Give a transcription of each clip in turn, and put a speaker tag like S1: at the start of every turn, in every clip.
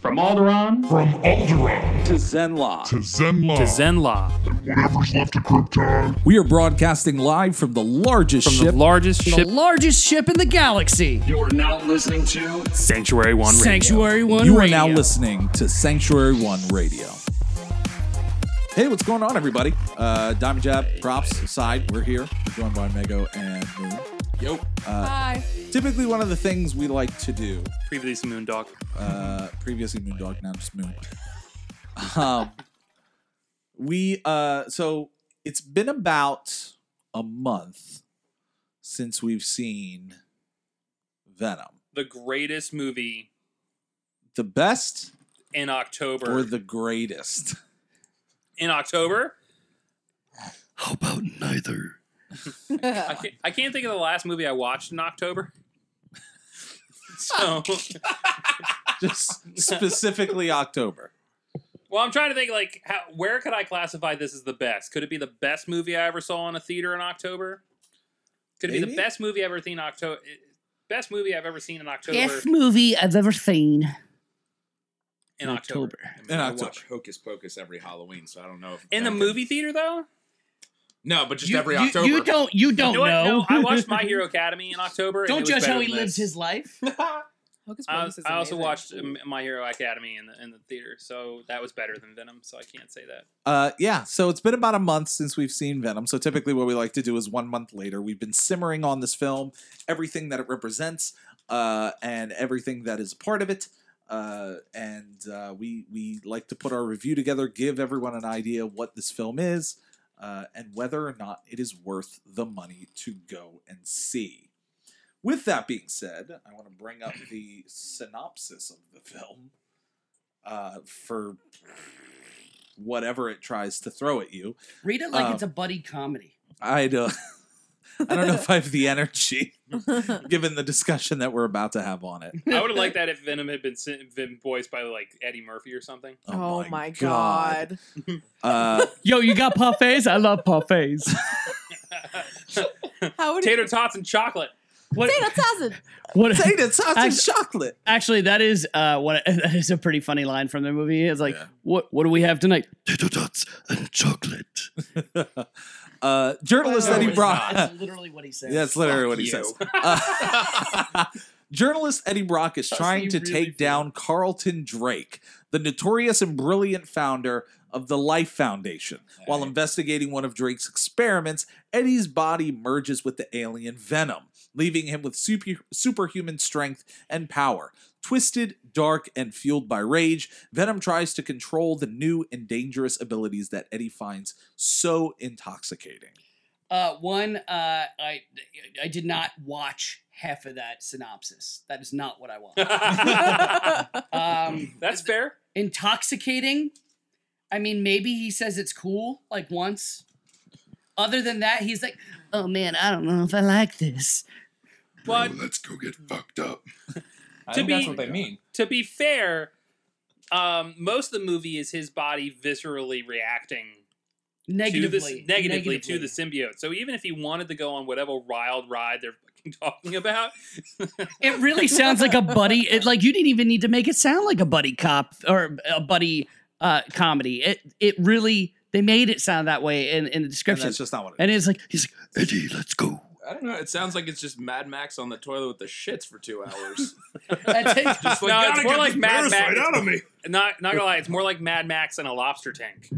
S1: From Alderaan
S2: From Alderaan
S3: to Zenla.
S2: to Zenla.
S4: to Zenla
S2: Whatever's left of Krypton.
S3: We are broadcasting live from the largest
S4: from the
S3: ship.
S4: largest ship,
S5: The largest ship in the galaxy.
S6: You're now listening to
S4: Sanctuary One Radio.
S5: Sanctuary One
S3: you are
S5: Radio.
S3: now listening to Sanctuary One Radio. Hey, what's going on, everybody? Uh, Diamond Jab, props aside, we're here. We're joined by Mego and Moon.
S6: Yo.
S7: Hi.
S3: Typically, one of the things we like to do,
S4: Previously Moondog.
S3: uh, previously Moondog, now just Moon. Um, we uh, so it's been about a month since we've seen Venom.
S4: The greatest movie
S3: The best
S4: in October.
S3: or the greatest?
S4: in October?
S6: How about neither?
S4: I can't, I can't think of the last movie I watched in October. so,
S3: Just specifically October.
S4: well, I'm trying to think like how, where could I classify this as the best? Could it be the best movie I ever saw in a theater in October? Could it be
S3: Maybe.
S4: the best movie I've ever seen in October? Best movie I've ever seen in October.
S5: Best movie I've ever seen.
S4: in October.
S5: October.
S4: I mean,
S3: In
S6: I
S3: October.
S6: watch Hocus Pocus every Halloween, so I don't know if
S4: In the
S6: that-
S4: movie theater though?
S6: No, but just
S5: you,
S6: every
S5: you-
S6: October.
S5: You don't. You don't
S4: You know what?
S5: know.
S4: No, I watched My Hero Academy in October. and it
S5: don't
S4: was
S5: judge
S4: better
S5: how he
S4: than
S5: lives
S4: this.
S5: his life.
S7: Hocus
S4: I,
S7: Pocus is
S4: I also
S7: amazing.
S4: watched um, My Hero Academy in the, in the theater, so that was better than Venom. So I can't say that.
S3: Uh, yeah, so it's been about a month since we've seen Venom. So typically, what we like to do is one month later. We've been simmering on this film, everything that it represents, uh, and everything that is a part of it. Uh, and uh, we we like to put our review together, give everyone an idea of what this film is, uh, and whether or not it is worth the money to go and see. With that being said, I want to bring up the synopsis of the film uh, for whatever it tries to throw at you.
S5: Read it like
S3: Um,
S5: it's a buddy comedy.
S3: I don't, I don't know if I have the energy, given the discussion that we're about to have on it.
S4: I would have liked that if Venom had been, sent, been voiced by like Eddie Murphy or something.
S7: Oh, my, god.
S3: Uh,
S5: Yo, you got parfaits? I love parfaits.
S7: How would
S4: Tater tots and chocolate.
S5: What?
S7: Say that's thousand.
S5: What?
S3: potato sauce and
S5: Actu-
S3: chocolate.
S5: Actually, that is uh, what that is a pretty funny line from the movie. It's like,
S3: Yeah.
S5: what? What do we have tonight?
S6: Tater tots and chocolate.
S3: Uh, journalist
S7: No,
S3: that he
S7: it's
S3: brought.
S5: That's literally what he says.
S3: That's literally what he
S6: Fuck
S3: says. Uh, journalist Eddie Brock is trying to take down Carlton Drake, the notorious and brilliant founder of the Life Foundation. While investigating one of Drake's experiments, Eddie's body merges with the alien venom, leaving him with super, superhuman strength and power. Twisted, dark, and fueled by rage, Venom tries to control the new and dangerous abilities that Eddie finds so intoxicating.
S5: Uh, one, uh, I I did not watch half of that synopsis. That is not what I watched. um,
S4: That's fair.
S5: intoxicating. I mean, maybe he says it's cool like once. Other than that, he's like, "Oh man, I don't know if I like this."
S4: But
S6: let's go get fucked up.
S8: I
S4: To
S8: think
S4: be-
S8: that's what they mean.
S4: to be fair, um, most of the movie is his body viscerally reacting
S5: Negatively,
S4: to the, negatively, to the symbiote. So even if he wanted to go on whatever wild ride they're fucking talking about,
S5: It really sounds like a buddy. It like you didn't even need to make it sound like a buddy cop or a buddy uh, comedy. It it really they made it sound that way in, in the
S3: And
S5: description.
S3: that's just not what it is.
S5: And it's like he's like,
S6: Eddie, let's go.
S8: I don't know. It sounds like it's just Mad Max on the toilet with the shits for two hours.
S5: that's it.
S8: Just like,
S4: No,
S8: gotta
S4: it's more
S8: get
S4: like
S8: this
S4: Mad Max.
S8: parasite out of me.
S4: not not gonna lie, it's more like Mad Max and a lobster tank.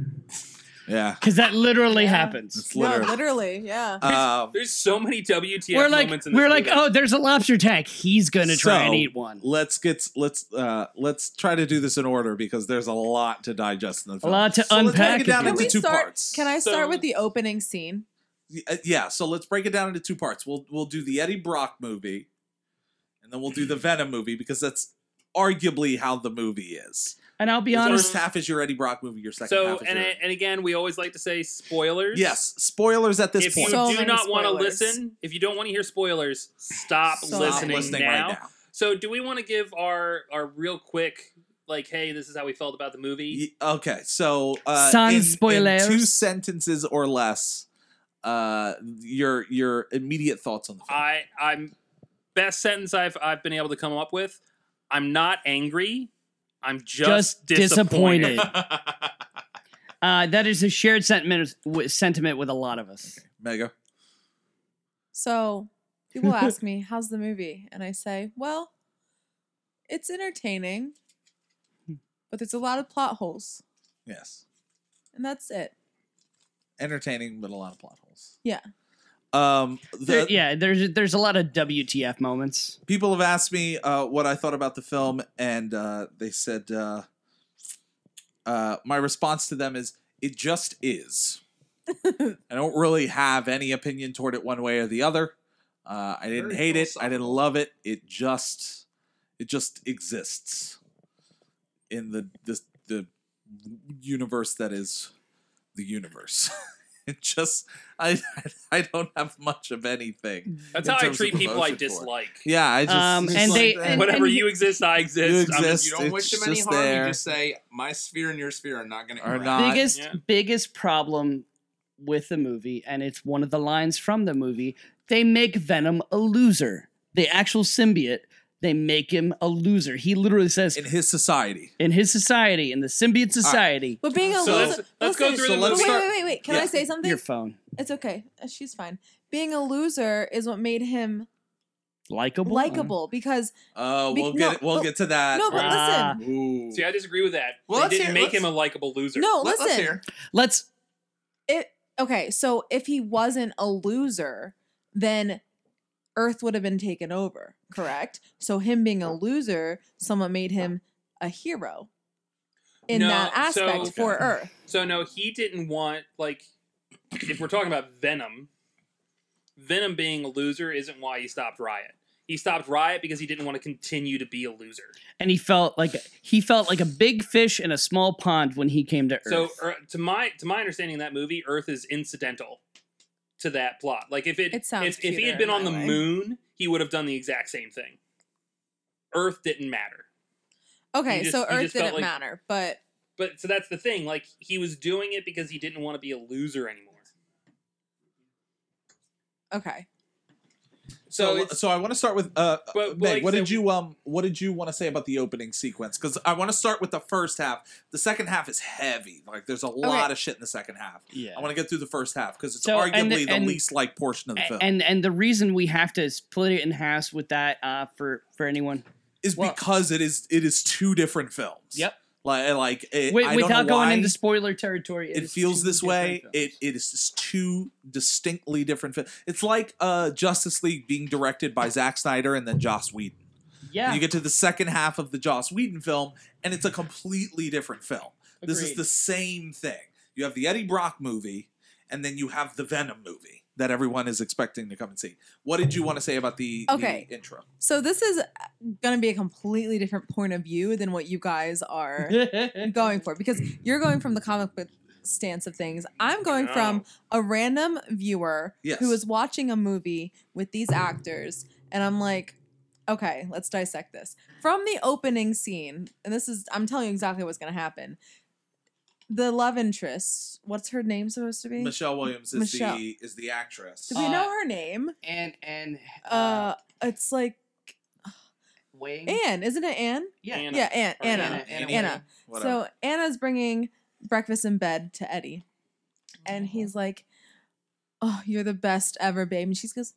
S3: Yeah.
S5: because that literally
S7: Yeah.
S5: happens.
S7: No, literally, yeah.
S3: Um,
S4: There's so many WTF
S5: We're like
S4: moments in this
S5: we're like,
S4: movie.
S5: oh, there's a lobster tank. He's gonna try and
S3: So-
S5: eat one.
S3: let's get let's uh let's try to do this in order because there's a lot to digest in the film.
S5: lot to
S3: so Let's
S5: unpack
S3: break it down
S5: if you
S3: into
S5: will.
S3: two
S7: start?
S3: parts.
S7: Can I
S4: So-
S7: start with the opening scene?
S3: Y- uh, Yeah. So let's break it down into two parts. We'll we'll do the Eddie Brock movie, and then we'll do
S4: Mm-hmm.
S3: the Venom movie because that's arguably how the movie is.
S5: And I'll be
S3: Your
S5: honest,
S3: first half is your Eddie Brock movie. Your second
S4: so
S3: half is
S4: and
S3: your.
S4: and again, we always like to say spoilers.
S3: yes. Spoilers at this
S4: if you
S3: point.
S7: So
S4: do
S7: many
S4: not want to
S7: spoilers.
S4: listen, if you don't want to hear spoilers, stop
S7: Stop
S3: Stop
S4: listening,
S3: listening
S4: now.
S3: right now.
S4: So, do we want to give our our real quick like, hey, this is how we felt about the movie?
S3: Y- Okay, so uh,
S5: Sans
S3: in- in
S5: spoilers.
S3: two sentences or less, uh, your your immediate thoughts on the film.
S4: I I'm best sentence I've I've been able to come up with. I'm not angry. I'm just,
S5: Just disappointed.
S4: disappointed.
S5: Uh, that is a shared sentiment with, sentiment with a lot of us.
S3: Mega.
S7: So people ask me, how's the movie? And I say, well, it's entertaining, but there's a lot of plot holes.
S3: Yes.
S7: And that's it.
S3: Entertaining, but a lot of plot holes.
S7: Yeah.
S3: Um,
S5: There-
S3: the,
S5: yeah, there's there's a lot of WTF moments.
S3: people have asked me uh, what I thought about the film, and uh, they said uh, uh, my response to them is it just is. I don't really have any opinion toward it one way or the other. Uh, I didn't
S8: Very
S3: hate it. I didn't love it. It just it just exists in the this, the universe that is the universe. it just I I don't have much of anything.
S4: That's
S3: In
S4: how I
S3: terms
S4: treat
S3: of
S4: people I
S3: emotion for it.
S4: dislike.
S3: Yeah, I just
S5: Um,
S3: it's
S5: and
S3: like
S5: they-
S3: that.
S5: and-
S4: Whatever you exist, I exist. I'm-
S3: exist.
S8: you don't wish
S3: It's
S8: him any
S3: just
S8: harm.
S3: there.
S8: You just say my sphere and your sphere are not going to
S3: Are
S8: interact.
S3: not- Uh,
S5: biggest
S4: yeah.
S5: biggest problem with the movie, and it's one of the lines from the movie. They make Venom a loser. The actual symbiote, they make him a loser. He literally says
S3: in his society.
S5: in his society, in the symbiote society,
S7: But being a
S4: So
S7: loser.
S4: let's- let's go
S7: listen,
S4: through
S3: the So
S7: wait,
S3: let's
S7: wait,
S3: start-
S7: wait, wait, wait. Can
S3: yeah.
S7: I say something?
S5: your phone
S7: It's okay. Uh, She's fine. Being a loser is what made him
S5: likable,
S7: likable because
S3: Uh,
S7: Be-
S3: we'll
S7: no,
S3: get we'll
S7: but-
S3: get to that.
S7: no, but
S5: Ah.
S7: listen,
S3: Ooh.
S4: See, I disagree with that.
S8: Well, let's
S4: they didn't
S8: hear-
S4: make
S8: let's-
S4: him a likable loser.
S7: no,
S8: Let, us
S7: listen.
S8: hear.
S5: Let's
S7: It okay. So if he wasn't a loser, then Earth would have been taken over. Correct. So him being a loser, somewhat made him a hero in
S4: No,
S7: that
S4: so-
S7: aspect for
S3: Okay.
S7: Earth.
S4: So no, he didn't want like if we're talking about Venom, Venom being a loser isn't why he stopped Riot. He stopped Riot because he didn't want to continue to be a loser.
S5: and he felt like he felt like a big fish in a small pond when he came to Earth.
S4: So er, to my to my understanding, in that movie Earth is incidental to that plot. Like if it,
S7: It sounds
S4: if, if he
S7: cuter
S4: had been
S7: in
S4: on the
S7: that way.
S4: moon, he would have done the exact same thing. Earth didn't matter.
S7: Okay,
S4: just-
S7: so
S4: you
S7: Earth
S4: just felt
S7: didn't
S4: like-
S7: matter, but
S4: But so that's the thing. Like he was doing it because he didn't want to be a loser anymore.
S7: okay.
S4: So
S3: So
S4: it's-
S3: so I want to start with uh,
S4: But- but
S3: Meg,
S4: like
S3: what
S4: I
S3: did
S4: said-
S3: you um what did you want to say about the opening sequence? Because I want to start with the first half. The second half is heavy. Like there's a lot of shit in the second half.
S5: yeah,
S3: I want to get through the first half because it's
S5: So,
S3: arguably
S5: and-
S3: the
S5: and-
S3: least liked portion of the
S5: A-
S3: film.
S5: and and the reason we have to split it in halves with that uh, for for anyone
S3: is
S5: well-
S3: because it is it is two different films.
S5: Yep.
S3: Like like it,
S5: Wi-
S3: I don't
S5: without
S3: know
S5: going
S3: why.
S5: into spoiler territory.
S3: it
S5: is
S3: feels
S5: two
S3: this way.
S5: different
S3: It
S5: films.
S3: it is just two distinctly different. Fi- it's like uh, Justice League being directed by Zack Snyder and then Joss Whedon.
S5: yeah.
S3: You get to the second half of the Joss Whedon film, and it's a completely different film. This is
S5: Agreed.
S3: the same thing. You have the Eddie Brock movie, and then you have the Venom movie that everyone is expecting to come and see. What did you want to say about the, the
S7: Okay.
S3: intro?
S7: So this is going to be a completely different point of view than what you guys are going for because you're going from the comic book stance of things. I'm going from a random viewer
S3: Yes.
S7: who is watching a movie with these actors, and I'm like, okay, let's dissect this. From the opening scene, and this is, I'm telling you exactly what's going to happen. The love interest, what's her name supposed to be?
S3: Michelle Williams is
S7: Michelle.
S3: the is the actress.
S7: Do we
S5: Uh,
S7: know her name?
S5: and and uh,
S7: Uh, it's like
S5: Wayne.
S7: Anne, isn't it Anne?
S5: yeah.
S4: Anna.
S7: Yeah, Anne,
S4: Or
S7: Anna.
S4: Anna.
S3: Anna.
S7: Anna.
S3: Whatever.
S7: So Anna's bringing breakfast in bed to Eddie, and he's like, "Oh, you're the best ever, babe." And she goes,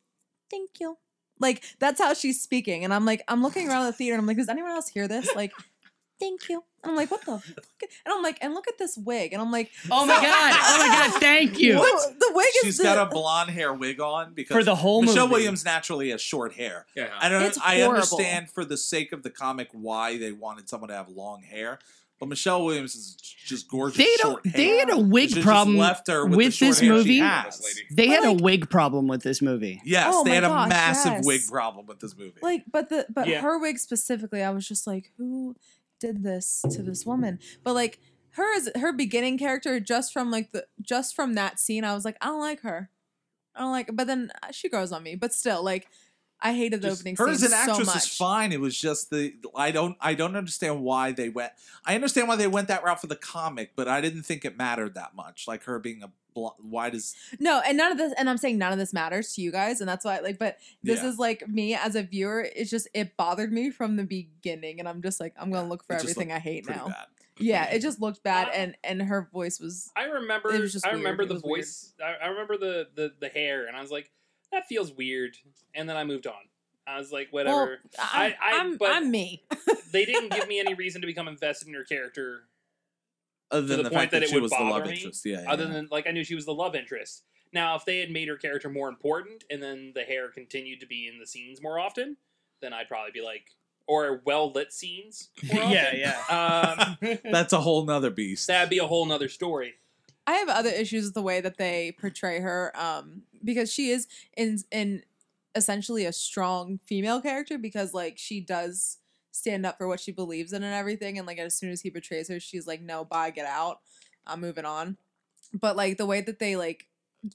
S7: "Thank you." Like that's how she's speaking, and I'm like, I'm looking around the theater, and I'm like, "Does anyone else hear this?" Like, "Thank you." And I'm like, "What the?" Fuck? And I'm like, "And look at this wig," and I'm like,
S5: Oh my god! Oh my god! Thank you
S7: "What? The wig
S3: She's
S7: is the-
S3: got a blonde hair wig on because
S5: for the whole
S3: Michelle
S5: movie.
S3: Williams naturally has short hair.
S8: Yeah.
S3: I don't.
S7: It's
S3: I
S7: horrible.
S3: understand for the sake of the comic why they wanted someone to have long hair, but Michelle Williams is just gorgeous.
S5: They
S3: short
S5: don't. They
S3: hair.
S5: had a
S3: They
S5: wig
S3: should've just
S5: problem.
S3: left her with,
S5: with
S3: the short
S5: this
S3: hair she
S5: movie.
S3: has.
S5: They
S7: But
S5: had
S7: like-
S5: a wig problem with this movie.
S3: Yes,
S7: Oh
S3: they
S7: my
S3: had a
S7: gosh,
S3: massive
S7: yes.
S3: wig problem with this movie.
S7: Like, but the but
S4: Yeah.
S7: her wig specifically, I was just like, who did this to this woman? But like her is her beginning character just from like the just from that scene, I was like, I don't like her. I don't like. But then uh, she grows on me. But still, like I hated the
S3: Just-
S7: opening
S3: her
S7: scene
S3: as an
S7: so
S3: actress
S7: much.
S3: is fine. It was just the I don't I don't understand why they went. I understand why they went that route for the comic, but I didn't think it mattered that much. Like her being a bl- why does
S7: No, and none of this, and I'm saying none of this matters to you guys, and that's why, like, but this
S3: Yeah.
S7: is like me as a viewer. It's just it bothered me from the beginning, and I'm just like, I'm gonna look for
S3: it just
S7: everything
S3: looked
S7: I hate
S3: pretty
S7: now.
S3: bad.
S7: Yeah, it just looked bad,
S4: Uh,
S7: and and her voice was
S4: I remember.
S7: It was just
S4: I
S7: weird.
S4: remember
S7: It
S4: the
S7: was weird.
S4: voice. I, I remember the, the the hair, and I was like, that feels weird. And then I moved on. I was like, whatever.
S7: Well, I'm,
S4: I-
S7: I,
S4: I-
S7: am
S4: but-
S7: I'm me.
S4: they didn't give me any reason to become invested in her character,
S3: Other than
S4: the
S3: the,
S4: point
S3: fact
S4: that
S3: that,
S4: it
S3: she
S4: would
S3: was the love
S4: bother me,
S3: interest, yeah.
S4: other
S3: yeah.
S4: than like I knew she was the love interest. Now, if they had made her character more important, and then the hair continued to be in the scenes more often, then I'd probably be like, or well lit scenes. More
S5: yeah,
S4: often,
S5: yeah.
S4: Um,
S3: that's a whole nother beast.
S4: that'd be a whole nother story.
S7: I have other issues with the way that they portray her, um, because she is in in essentially a strong female character because like she does stand up for what she believes in and everything, and like as soon as he betrays her, she's like, "No, bye, get out, I'm moving on." But like the way that they like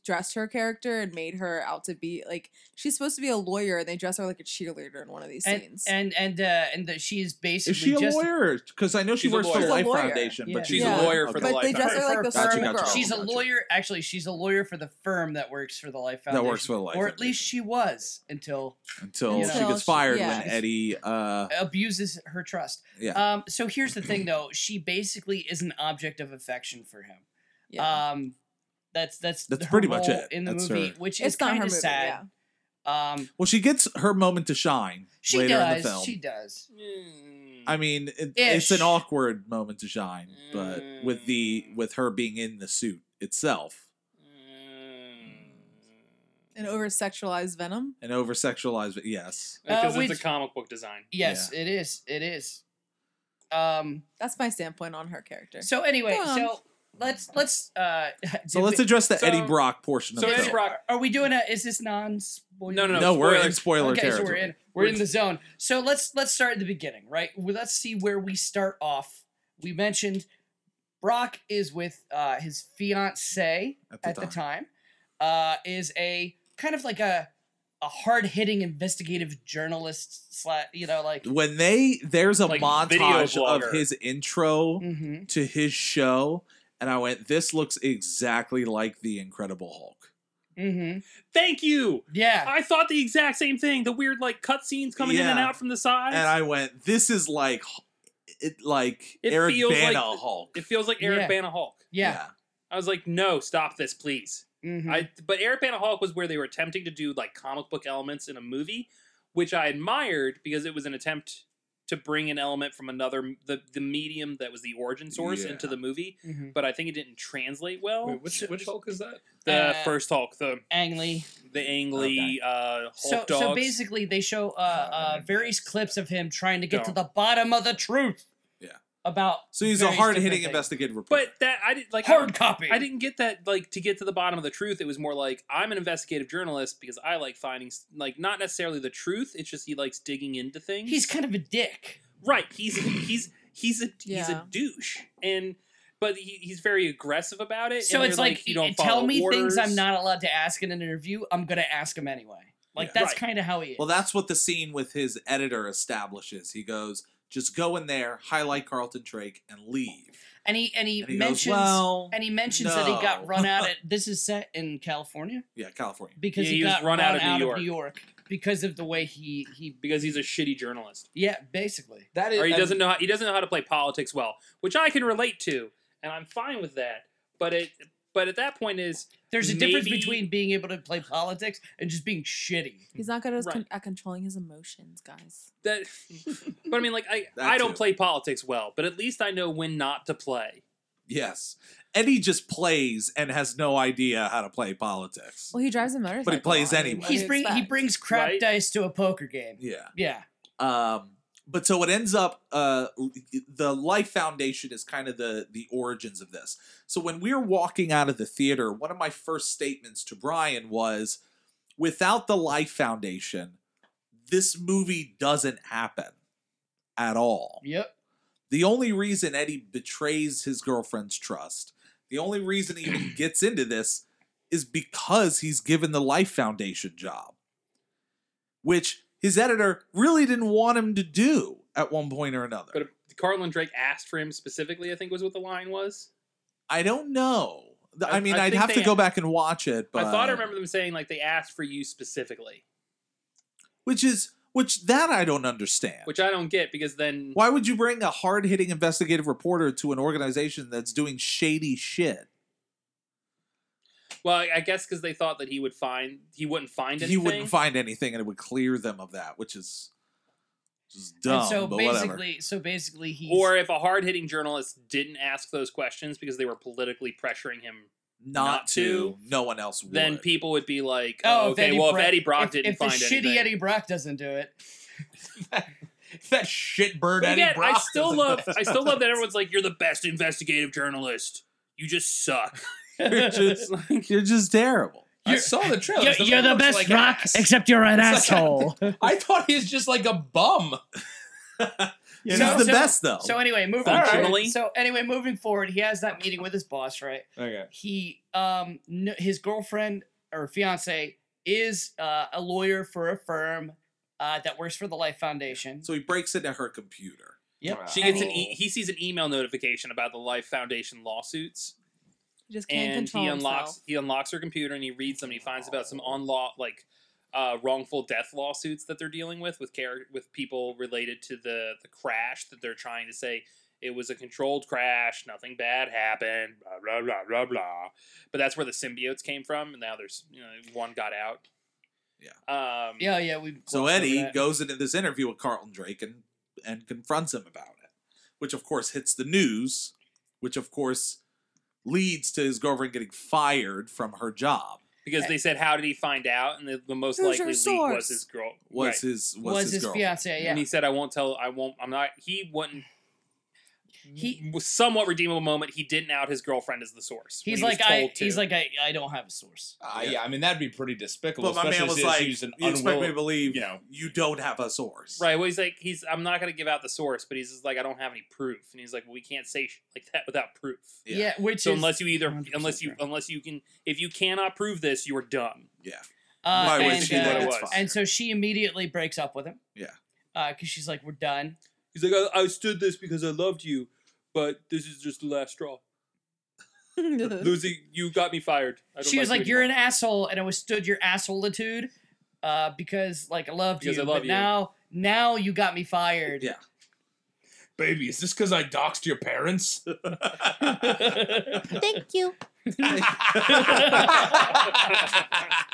S7: dressed her character and made her out to be like she's supposed to be a lawyer, and they dress her like a cheerleader in one of these
S5: And
S7: scenes.
S5: and and uh, and that she is basically
S3: Is she a
S5: just
S3: lawyer? Because I know she
S4: She's a
S3: works for
S4: lawyer.
S7: She's a
S3: Life
S7: lawyer.
S3: Foundation,
S5: Yeah.
S3: but she's
S7: Yeah.
S3: a lawyer
S7: but
S3: for
S7: they
S3: the Life
S7: dress her
S3: Foundation.
S7: like the
S5: Gotcha,
S7: firm
S3: gotcha.
S7: girl.
S5: She's a
S3: Gotcha.
S5: lawyer. Actually, she's a lawyer for the firm that works for the Life
S3: That
S5: Foundation.
S3: works for the Life
S5: or at least she was until
S3: Until
S5: Yeah.
S3: she
S7: Until
S3: gets
S7: she-
S3: fired
S7: yeah.
S3: when Eddie. Uh,
S5: abuses her trust.
S3: Yeah.
S4: Uh,
S5: Um. So here's the thing, though. She basically is an object of affection for him.
S7: yeah.
S5: Um. That's that's
S3: That's
S5: her
S3: pretty much
S5: role
S3: it.
S5: in the
S3: That's
S5: movie,
S3: her-
S5: which
S7: it's
S5: is
S7: not her
S5: kind of
S7: movie.
S5: sad.
S7: Yeah.
S5: Um.
S3: well, she gets her moment to shine
S5: She
S3: later
S5: does.
S3: in the film.
S5: She does.
S4: Mm.
S3: I mean, it, it's
S5: Ish.
S3: an awkward moment to shine, but with the
S4: Mm.
S3: with her being in the suit itself,
S7: An over sexualized Venom.
S3: an over sexualized. Yes,
S4: because
S5: Uh,
S4: it's
S5: which-
S4: a comic book design.
S5: Yes, it is. It is. Um.
S7: That's my standpoint on her character.
S5: So anyway,
S7: Um,
S5: so let's let's. uh
S3: so
S5: did
S3: let's
S5: we-
S3: address the
S4: so-
S3: Eddie Brock portion
S4: so
S3: of the
S4: Eddie
S3: film.
S4: Brock-
S5: Are, are we doing a? Is this non?
S4: No, no,
S3: no, we're in spoiler
S5: okay,
S3: territory.
S5: so we're in we're in the zone. So let's let's start at the beginning, right? Well, let's see where we start off. We mentioned Brock is with uh, his fiance
S3: At the
S5: at the
S3: time.
S5: time. Uh, is a kind of like a a hard hitting investigative journalist slash you know like
S3: when they there's a
S4: Like, video
S3: montage
S4: blogger.
S3: of his intro
S5: hmm
S3: to his show, and I went, "This looks exactly like the Incredible Hulk."
S5: hmm
S4: Thank you.
S5: yeah
S4: I thought the exact same thing. The weird like cutscenes coming in and
S3: Yeah.
S4: out from the sides.
S3: And I went, "This is like it, like
S4: It
S3: Eric
S4: feels like
S3: Bana
S4: the-
S3: Hulk."
S4: it feels like Eric
S5: Yeah.
S4: Bana Hulk.
S5: yeah,
S4: I was like, no, stop this, please.
S5: mhm.
S4: I but Eric Bana Hulk was where they were attempting to do like comic book elements in a movie, which I admired because it was an attempt to bring an element from another the the medium that was the origin source
S3: Yeah.
S4: into the movie.
S5: Mhm.
S4: But I think it didn't translate well.
S8: Wait, which which Hulk is that?
S4: the
S5: Uh,
S4: first Hulk, the
S5: Ang Lee.
S4: the angly uh, Hulk
S5: So,
S4: dogs.
S5: so basically, they show uh, uh, various clips of him trying to get to
S4: Don't.
S5: the bottom of the truth.
S3: Yeah.
S5: About
S3: So he's a
S5: various
S3: hard
S5: different
S3: hitting
S5: things.
S3: investigative reporter.
S4: but that I didn't like.
S5: Hard copy.
S4: I didn't get that like to get to the bottom of the truth. It was more like I'm an investigative journalist because I like finding like not necessarily the truth. It's just he likes digging into things.
S5: He's kind of a dick.
S4: right. He's he's he's a he's
S7: Yeah.
S4: a douche and but he, he's very aggressive about it.
S5: So
S4: and
S5: it's
S4: they're
S5: like,
S4: you don't
S5: tell
S4: follow
S5: me things I'm
S4: orders."
S5: not allowed to ask in an interview. I'm gonna ask him anyway. Like
S3: Yeah.
S5: that's
S4: Right.
S5: kind of how he is.
S3: well, that's what the scene with his editor establishes. He goes, "Just go in there, highlight Carlton Drake, and leave."
S5: and he and he,
S3: And he
S5: mentions
S3: goes, "Well,
S5: and he mentions that he got
S3: no."
S5: run out. At, this is set in California
S3: yeah, California."
S5: because
S4: Yeah,
S5: he,
S4: he was
S5: got run, out, of, New
S4: York.
S5: York because of the way he he.
S4: because he's a shitty journalist
S5: Yeah, basically.
S8: That is.
S4: or he doesn't know how, he doesn't know how to play politics well, which I can relate to and I'm fine with that. But it but at that point is
S5: There's a difference
S4: Maybe-
S5: between being able to play politics and just being shitty.
S7: He's not good at,
S4: Right.
S7: con- at controlling his emotions, guys.
S4: that but I mean like I
S3: That
S4: I don't
S3: too.
S4: play politics well, but at least I know when not to play.
S3: Yes, Eddie just plays and has no idea how to play politics.
S7: Well, he drives a motorcycle.
S3: plays
S7: I mean,
S3: anyway.
S7: what do
S5: He's
S7: you
S5: bring he
S7: expect?
S5: brings crap
S4: Right?
S5: dice to a poker game.
S3: Yeah.
S5: Yeah.
S3: Um, but so it ends up uh, the Life Foundation is kind of the the origins of this. So when we were walking out of the theater, one of my first statements to Brian was, "Without the Life Foundation, this movie doesn't happen at all."
S5: Yep.
S3: The only reason Eddie betrays his girlfriend's trust, the only reason he even gets into this, is because he's given the Life Foundation job. which his editor really didn't want him to do at one point or another.
S4: But Carlin Drake asked for him specifically. I think was what the line was.
S3: I don't know. The-
S4: I-
S3: I mean,
S4: I
S3: I would
S4: think
S3: have to
S4: they-
S3: go back and watch it, but
S4: I thought I remember them saying like they asked for you specifically,
S3: which is which that I don't understand.
S4: which I don't get because then
S3: Why would you bring a hard-hitting investigative reporter to an organization that's doing shady shit?
S4: well, I- I guess because they thought that he would find he wouldn't find anything.
S3: He wouldn't find anything, and it would clear them of that, which is just dumb.
S5: And so
S3: but
S5: basically,
S3: whatever.
S5: so basically, he's
S4: or if a hard hitting journalist didn't ask those questions because they were politically pressuring him,
S3: not,
S4: not
S3: to,
S4: to,
S3: no one else would.
S4: then people would be like,
S5: Oh,
S4: "Oh,
S5: if
S4: okay,
S5: Eddie
S4: well,
S5: Brock-
S4: if Eddie Brock
S5: if,
S4: didn't
S5: if the
S4: find anything,
S5: shitty Eddie Brock doesn't do it,
S8: that shit bird
S4: But
S8: Eddie
S4: again, I
S8: Brock
S4: still
S8: is-
S4: love. I still love that everyone's like, "You're the best investigative journalist. You just suck."
S3: you're just you're just terrible.
S8: I saw the trailer.
S5: you're,
S8: so
S5: you're
S8: he
S5: the
S8: looks
S5: best
S8: like
S5: rock,
S8: ass.
S5: except you're an
S8: It's like-
S5: asshole.
S8: I thought he was just like a bum.
S3: He's
S5: know?
S3: the
S5: So-
S3: best though.
S5: So anyway, moving
S4: Functionally.
S5: so anyway, moving forward, he has that meeting with his boss, right?
S8: Okay.
S5: He um kn- his girlfriend or fiance is uh, a lawyer for a firm uh, that works for the Life Foundation.
S3: so he breaks into her computer.
S5: Yep.
S4: She gets an. E- he sees an email notification about the Life Foundation lawsuits,
S7: He just can't
S4: and
S7: control
S4: he unlocks.
S7: himself.
S4: He unlocks her computer and he reads them. And he finds about some unlaw like uh, wrongful death lawsuits that they're dealing with with care with people related to the the crash that they're trying to say it was a controlled crash, nothing bad happened, blah blah blah blah blah. But that's where the symbiotes came from, and now there's you know one got out.
S3: Yeah.
S4: Um,
S5: Yeah, yeah. We
S3: So
S5: glossed over
S3: Eddie
S5: that.
S3: goes into this interview with Carlton Drake and and confronts him about it, which of course hits the news, which of course leads to his girlfriend getting fired from her job.
S4: Because they said, "How did he find out?" And the, the most
S7: Who's
S4: likely
S7: your
S4: leak was
S7: source?
S4: his girl.
S3: Was
S4: Right.
S3: his was,
S5: was
S3: his,
S5: his
S3: girl?
S5: fiance. Yeah.
S4: And he said, "I won't tell. I won't. I'm not." He wouldn't.
S5: He-
S4: was somewhat redeemable moment. He didn't out his girlfriend as the source. when
S5: He's
S4: he was
S5: like I.
S4: told to.
S5: He's like I. I don't have a source.
S8: Uh, yeah. I mean that'd be pretty despicable.
S3: But my man
S8: especially
S3: was
S8: since
S3: like,
S8: he's an
S3: "You expect me to
S8: unwilling.
S3: believe
S8: you know."
S3: you don't have a source,
S4: right. Well, he's like he's. I'm not going to give out the source, but he's just like I don't have any proof, and he's like, well, we can't say shit like that without proof.
S3: Yeah.
S5: Yeah. which
S4: So
S5: is
S4: unless you either,
S5: 100%
S4: unless you,
S5: fair.
S4: unless you can, if you cannot prove this, you are dumb.
S5: uh,
S3: Why would
S5: and,
S3: she
S5: uh,
S3: let it
S4: was.
S3: fire?
S5: and so she immediately breaks up with him.
S3: Yeah.
S5: Because she's like, we're done.
S4: He's like, I, I stood this because I loved you, but this is just the last straw. Losing, you got me fired. I don't
S5: She was like,
S4: you
S5: "You're an
S4: anymore."
S5: asshole," and I withstood your assholitude uh, because, like, I loved
S4: Because
S5: you,
S4: I love
S5: but
S4: you.
S5: now, now you got me fired.
S3: Yeah.
S8: Baby, is this because I doxed your parents?
S7: Thank you.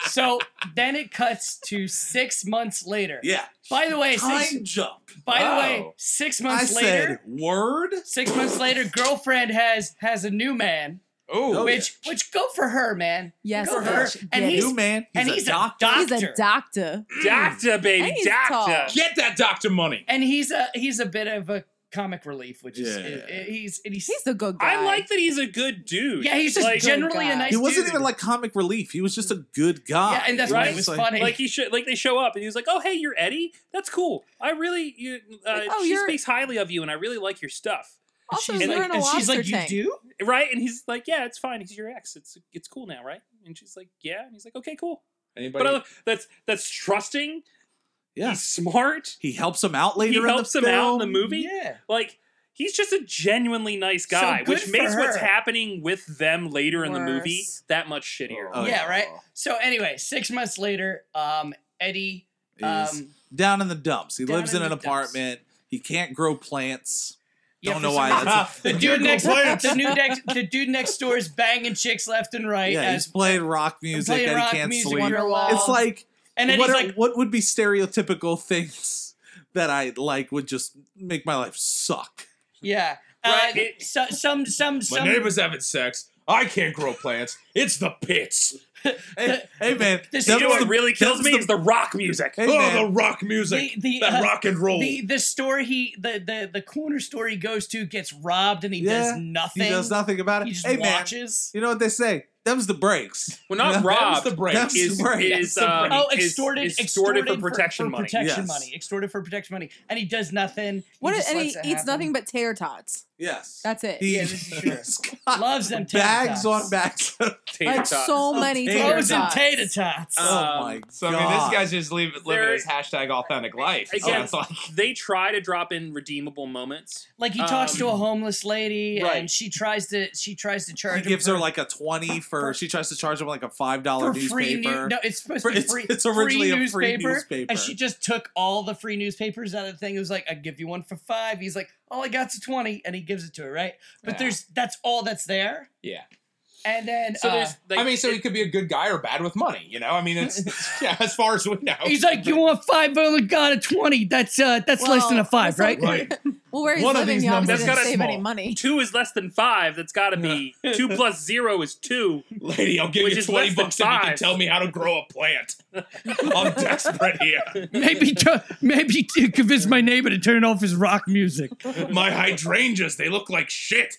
S5: So then it cuts to six months later.
S3: Yeah.
S5: By the way,
S3: Time
S5: six,
S3: jump.
S5: by the way,
S8: Wow.
S5: six
S3: I
S5: months later,
S3: said word.
S5: six months later, girlfriend has has a new man,
S3: Oh,
S8: oh,
S3: yeah.
S5: which which go for her, man.
S7: Yes,
S5: Go
S7: bitch,
S5: her. And
S7: get
S5: he's-
S3: New man. He's
S5: and
S3: a
S5: he's
S3: doctor.
S7: it. he's a doctor.
S4: doctor, baby,
S7: And he's
S4: doctor.
S7: tall.
S8: get that doctor money.
S5: and he's a he's a bit of a comic relief, which is
S3: Yeah.
S5: he's and he's,
S7: He's a good guy.
S4: I like that he's a good dude.
S5: yeah he's just
S4: like,
S7: gen-
S5: generally a
S7: guy.
S5: nice.
S3: he wasn't
S5: dude.
S3: even like comic relief. He was just a good guy.
S5: Yeah, and that's why
S4: Right?
S5: it was
S3: It's like-
S5: funny.
S4: like he should like they show up and he's like, "Oh hey, you're Eddie. That's cool. I really you uh,
S7: Like, oh,
S4: she
S7: you're-
S4: speaks highly of you, and I really like your stuff."
S7: Also,
S5: she's
S7: you're
S5: like,
S7: in a
S5: and she's
S7: lobster
S5: like,
S7: tank.
S5: you do?
S4: Right? And he's like, "Yeah, it's fine. He's your ex. It's it's cool now, right?" And she's like, "Yeah." And he's like, "Okay, cool."
S8: Anybody?
S4: But I, love- that's that's trusting.
S3: yeah.
S4: He's smart.
S3: He helps him out later.
S4: he helps
S3: in
S4: him
S3: the
S4: out in the
S3: film.
S4: movie.
S5: Yeah.
S4: Like he's just a genuinely nice
S5: So
S4: guy,
S5: good
S4: which
S5: for
S4: makes what's
S5: her.
S4: happening with them later in the movie
S7: Worse.
S4: that much shittier.
S3: Oh,
S5: yeah,
S3: yeah.
S5: right? So anyway, six months later, um, Eddie
S3: He's
S5: um
S3: down in the dumps. He
S5: down
S3: lives in
S5: in
S3: an
S5: the dumps.
S3: apartment. He can't grow plants.
S5: yeah,
S3: Don't
S5: for
S3: know
S5: some
S3: why
S8: Oh,
S5: reason-
S3: that's
S5: the dude next the dude next the dude next door is banging chicks left and right
S3: yeah, he's
S5: as
S3: playing rock
S5: and
S3: music
S5: playing
S3: and
S5: rock
S3: he can't
S5: music
S3: sleep.
S5: Wonderwall.
S3: It's like
S5: and then
S3: what,
S5: he's
S3: are-
S5: like
S3: what would be stereotypical things that I like would just make my life suck?
S5: yeah.
S4: Right,
S5: Uh,
S4: it-
S5: so, some some some
S8: My neighbor's having sex. I can't grow plants. It's the pits.
S3: Hey, hey man,
S5: This-
S4: You
S5: That
S4: know
S5: was
S4: what really kills
S3: was
S4: me
S3: the-
S4: is the rock music.
S3: Hey,
S8: oh,
S3: man.
S8: the rock music.
S5: the the,
S8: that
S5: uh,
S8: rock and roll.
S5: the the store he the, the the corner store he goes to gets robbed and he
S3: Yeah,
S5: does nothing.
S3: he does nothing about it.
S5: He just
S3: hey man,
S5: watches.
S3: you know what they say? them's the breaks.
S4: Well, not
S3: No,
S4: robbed.
S8: That was the break.
S3: That's
S4: is
S3: right.
S4: is
S8: That's the
S4: uh,
S8: break.
S5: Oh,
S4: is-
S5: extorted,
S4: is
S5: extorted,
S4: for protection money.
S5: protection
S3: Yes.
S5: money, extorted for protection money, and he does nothing. He
S7: What?
S5: just
S7: and he
S5: lets
S7: eats
S5: it happen.
S7: nothing but tater tots.
S3: Yes.
S7: That's it.
S3: He
S5: Yeah, this is true.
S3: Scott-
S5: Loves them tater
S3: bags
S5: tots.
S3: on bags. oh
S4: Tater
S7: like
S4: tots.
S7: so many
S3: tater
S7: tater
S3: tots.
S5: Frozen
S7: tots.
S5: tater tots.
S4: Uh,
S3: Oh, my
S8: Um, So
S3: god.
S8: I mean, this guy's just leave, living
S4: There-
S8: his hashtag authentic life. So
S4: Again-
S8: it's like
S4: they try to drop in redeemable moments.
S5: like he talks to a
S4: um,
S5: homeless lady,
S4: right.
S5: and she tries to she tries to charge.
S3: he
S5: him
S3: gives
S5: for,
S3: her like a twenty for.
S5: for-
S3: She tries to charge him like a five dollar
S5: for free
S3: newspaper.
S5: new- No, it's supposed
S3: For-
S5: to be
S3: it's-
S5: free.
S3: it's originally
S5: free
S3: a free
S5: newspaper,
S3: newspaper.
S5: and she just took all the free newspapers out of the thing. It was like, I give you one for five. He's like, all I got's a twenty, and he gives it to her, right? But
S8: Yeah.
S5: there's that's all that's there,
S8: yeah.
S5: and then
S4: So
S5: uh,
S4: there's like,
S8: I mean, so he could be a good guy or bad with money. You know, I mean, it's yeah. As far as we know,
S5: he's like, you want five? I only got a twenty. That's uh, that's less than a
S7: Well,
S5: five,
S7: that's
S5: right?
S7: not- Well, where he's
S8: One of
S7: living,
S8: these
S7: he obviously
S8: numbers
S4: is
S7: didn't save
S8: small.
S7: any money.
S4: two is less than five. That's got to be two plus zero is two.
S8: lady, I'll give
S4: Which
S8: you
S4: is
S8: twenty
S4: less than
S8: bucks if you can
S4: five.
S8: tell me how to grow a plant. I'm desperate here.
S5: maybe to, maybe to convince my neighbor to turn off his rock music.
S8: My hydrangeas, they look like shit.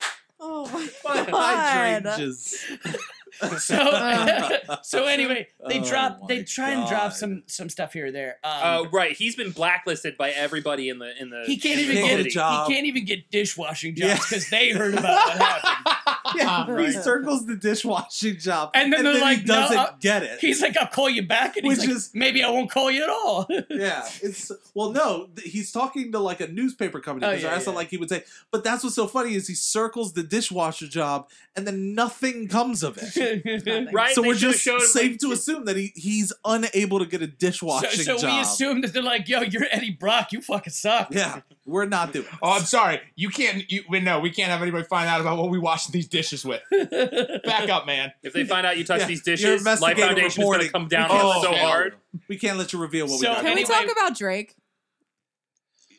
S7: Oh my
S3: My
S7: god.
S3: hydrangeas.
S5: So
S7: Uh.
S5: so anyway, they
S3: Oh
S5: drop they
S3: my
S5: try and drop
S3: God.
S5: some some stuff here or there.
S4: Uh,
S5: Um,
S4: right, he's been blacklisted by everybody in the in the.
S5: he can't
S4: in
S5: even
S4: the
S5: get
S3: Oh, a
S4: city.
S3: job.
S5: He can't even get dishwashing
S3: Yeah.
S5: jobs because they heard about what happened.
S3: Yeah, he
S7: Right.
S3: circles the dishwashing job,
S5: And then they're
S3: he
S5: like, no,
S3: doesn't
S5: uh,
S3: get it.
S5: He's like, I'll call you back, and
S3: Which
S5: he's like,
S3: is-
S5: maybe I won't call you at all.
S3: yeah, it's well, no, th- he's talking to like a newspaper company
S5: Oh,
S3: because
S5: yeah,
S3: I asked him
S5: yeah.
S3: like he would say. But that's what's so funny is he circles the dishwasher job, and then nothing comes of it.
S4: Right,
S3: so
S4: they
S3: we're
S4: should've
S3: just
S4: showed him,
S3: safe
S4: like,
S3: to assume that he, he's unable to get a
S5: so
S3: dishwashing
S5: so
S3: job.
S5: we assume that they're like, yo, you're Eddie Brock, you fucking suck.
S3: yeah, we're not doing.
S8: Oh, I'm sorry. You can't. You we- no. We can't have anybody find out about what we washing these dishes with. Back up, man.
S4: If they find out you touch
S3: Yeah,
S4: these
S3: your
S4: dishes, Life
S3: investigative
S4: Foundation is going
S3: reporting.
S4: to come down on
S8: We
S4: us
S8: can't
S4: so
S8: say-
S4: hard.
S3: We can't let you reveal what
S5: So-
S3: we got.
S5: Can
S7: Can
S3: going
S7: we
S5: Anyway-
S7: talk about Drake?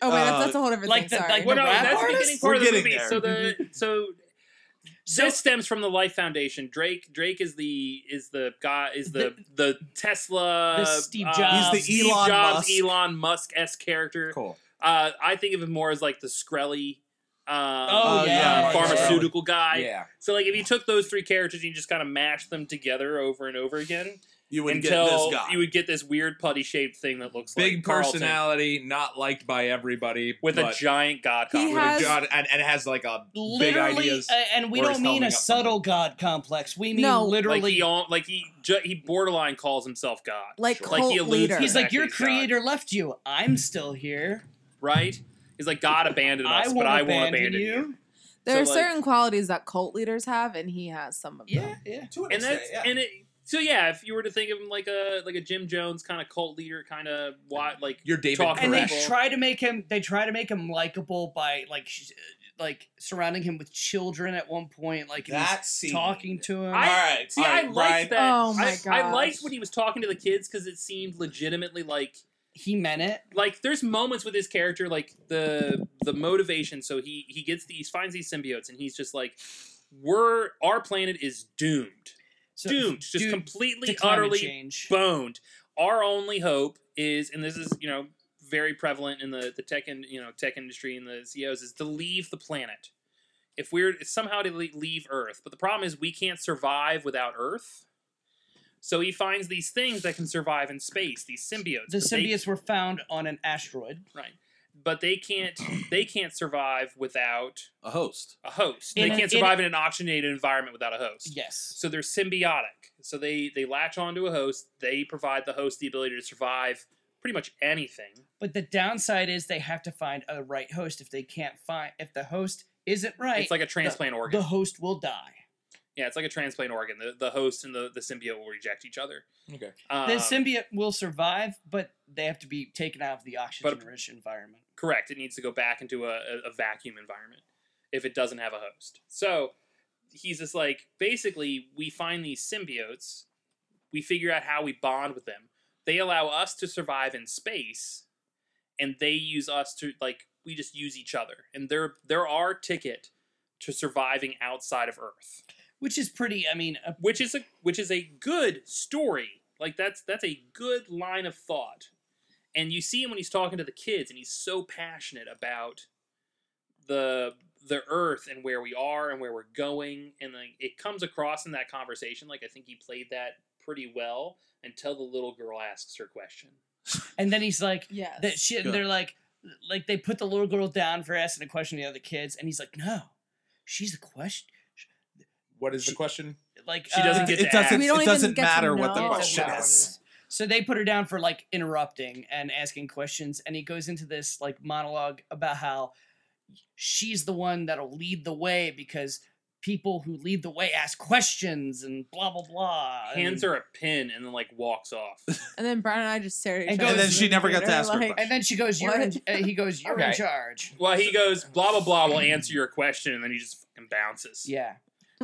S7: Oh wait,
S3: Uh,
S7: that's, that's a whole different
S5: like
S7: thing.
S5: the-
S7: Sorry.
S5: like
S4: Well,
S5: the
S4: no,
S5: rap
S4: that's the
S5: artist?
S4: beginning part
S3: We're
S4: of the
S3: getting
S4: movie.
S3: there.
S4: So the so
S5: So-
S4: this stems from the Life Foundation. Drake Drake is the is the guy is the the, Tesla.
S5: The Steve
S4: uh,
S5: Jobs. He's the
S4: Steve
S3: Elon
S4: Jobs,
S3: Musk.
S4: Elon Musk s character.
S8: Cool.
S4: Uh, I think of him more as like the Skrelly. Um,
S5: Oh,
S3: Oh, yeah.
S4: uh,
S3: yeah.
S4: pharmaceutical guy.
S8: Yeah.
S4: So like, if you took those three characters and you just kind of mashed them together over and over again,
S3: you would get
S4: until
S3: this guy.
S4: you would get this weird putty shaped thing that looks
S8: Big
S4: like Carlton
S8: personality, not liked by everybody,
S4: with a
S8: but-
S4: giant god
S7: He
S4: complex.
S8: with a
S7: has-
S8: giant- and, and has like a big
S5: Literally,
S8: ideas.
S5: uh, and we
S8: or
S5: don't
S8: he's
S5: mean
S8: helming
S5: a
S8: up
S5: subtle god complex. We mean
S7: No.
S5: literally.
S4: like he own, like he ju- he borderline calls himself God.
S7: Like
S4: like
S7: cult
S4: he alludes
S7: leader.
S4: to
S5: he's
S4: the
S5: like,
S4: fact
S5: your
S4: that he's God,
S5: creator left you. I'm still here.
S4: right? He's like God abandoned
S5: I
S4: us,
S5: won't
S4: but I
S5: abandon,
S4: won't abandon you.
S5: you.
S7: there
S4: so,
S7: are
S4: like-
S7: certain qualities that cult leaders have, and he has some of them.
S5: Yeah, yeah.
S3: To an
S4: And
S3: extent,
S4: that's
S3: yeah.
S4: and it. So yeah, if you were to think of him like a like a Jim Jones kind of cult leader, kind of what like
S8: You're David
S4: Talk
S5: and they
S4: Correct.
S5: try to make him they try to make him likable by like sh- like surrounding him with children at one point like and he's
S3: that scene.
S5: talking to him
S4: I-
S3: right,
S4: see,
S3: all
S4: I
S3: right,
S4: liked
S3: Brian.
S4: that.
S7: Oh my
S4: I, I
S7: gosh.
S4: liked when he was talking to the kids because it seemed legitimately like
S5: he meant it
S4: like there's moments with his character like the the motivation so he he gets these finds these symbiotes and he's just like we're our planet is doomed
S5: so
S4: doomed just
S5: due to
S4: completely
S5: climate
S4: utterly
S5: change
S4: boned our only hope is and this is you know very prevalent in the the tech and you know tech industry and the ceos is to leave the planet if we're somehow to le- leave earth but the problem is we can't survive without earth so he finds these things that can survive in space these symbiotes
S5: the
S4: but they
S5: symbiotes were found on an asteroid
S4: Right. But they can't they can't survive without
S3: A host.
S4: a host.
S5: In
S4: they
S5: a-
S4: can't
S5: in a-
S4: survive in, an oxygenated environment without a host.
S5: yes
S4: So they're symbiotic. So they they latch onto a host. They provide the host the ability to survive pretty much anything.
S5: but the downside is they have to find a right host if they can't find if the host isn't right
S4: It's like a transplant organ.
S5: the host will die
S4: yeah, it's like a transplant organ. The, the host and the, the symbiote will reject each other.
S8: Okay.
S4: Um,
S5: the symbiote will survive but they have to be taken out of the oxygen rich environment
S4: correct. It needs to go back into a, a, a vacuum environment if it doesn't have a host. So he's just like, basically, we find these symbiotes, we figure out how we bond with them. They allow us to survive in space, and they use us to like we just use each other, and they're they're our ticket to surviving outside of Earth,
S5: which is pretty i mean uh, a
S4: which is a which is a good story. Like that's that's a good line of thought. And you see him when he's talking to the kids, and he's so passionate about the the earth and where we are and where we're going and like it comes across in that conversation like i think he played that pretty well until the little girl asks her question
S5: And then he's like,
S7: Yes.
S5: that shit.
S3: Good.
S5: They're like, like they put the little girl down for asking a question to the other kids, and he's like, no, she's the question.
S8: What is the question?
S5: Like
S4: She doesn't
S5: uh,
S4: get
S3: it
S4: to
S3: doesn't.
S4: ask.
S7: We don't
S3: It
S7: even
S3: doesn't
S7: get to
S3: matter what the
S7: know.
S3: question
S5: Yeah.
S3: is.
S5: So they put her down for like interrupting and asking questions, and he goes into this like monologue about how she's the one that'll lead the way because people who lead the way ask questions and blah blah blah.
S4: hands
S5: and,
S4: her a pin and then like walks off
S7: And then Brian and I just stared at each
S5: And
S7: other.
S5: goes- And then
S3: she never got to ask her
S7: Like,
S5: and then she goes, "You're in,
S7: What?
S5: uh, he goes, "You're in
S8: Okay.
S5: charge."
S4: well he goes blah blah blah will answer your question and then he just fucking bounces
S5: Yeah,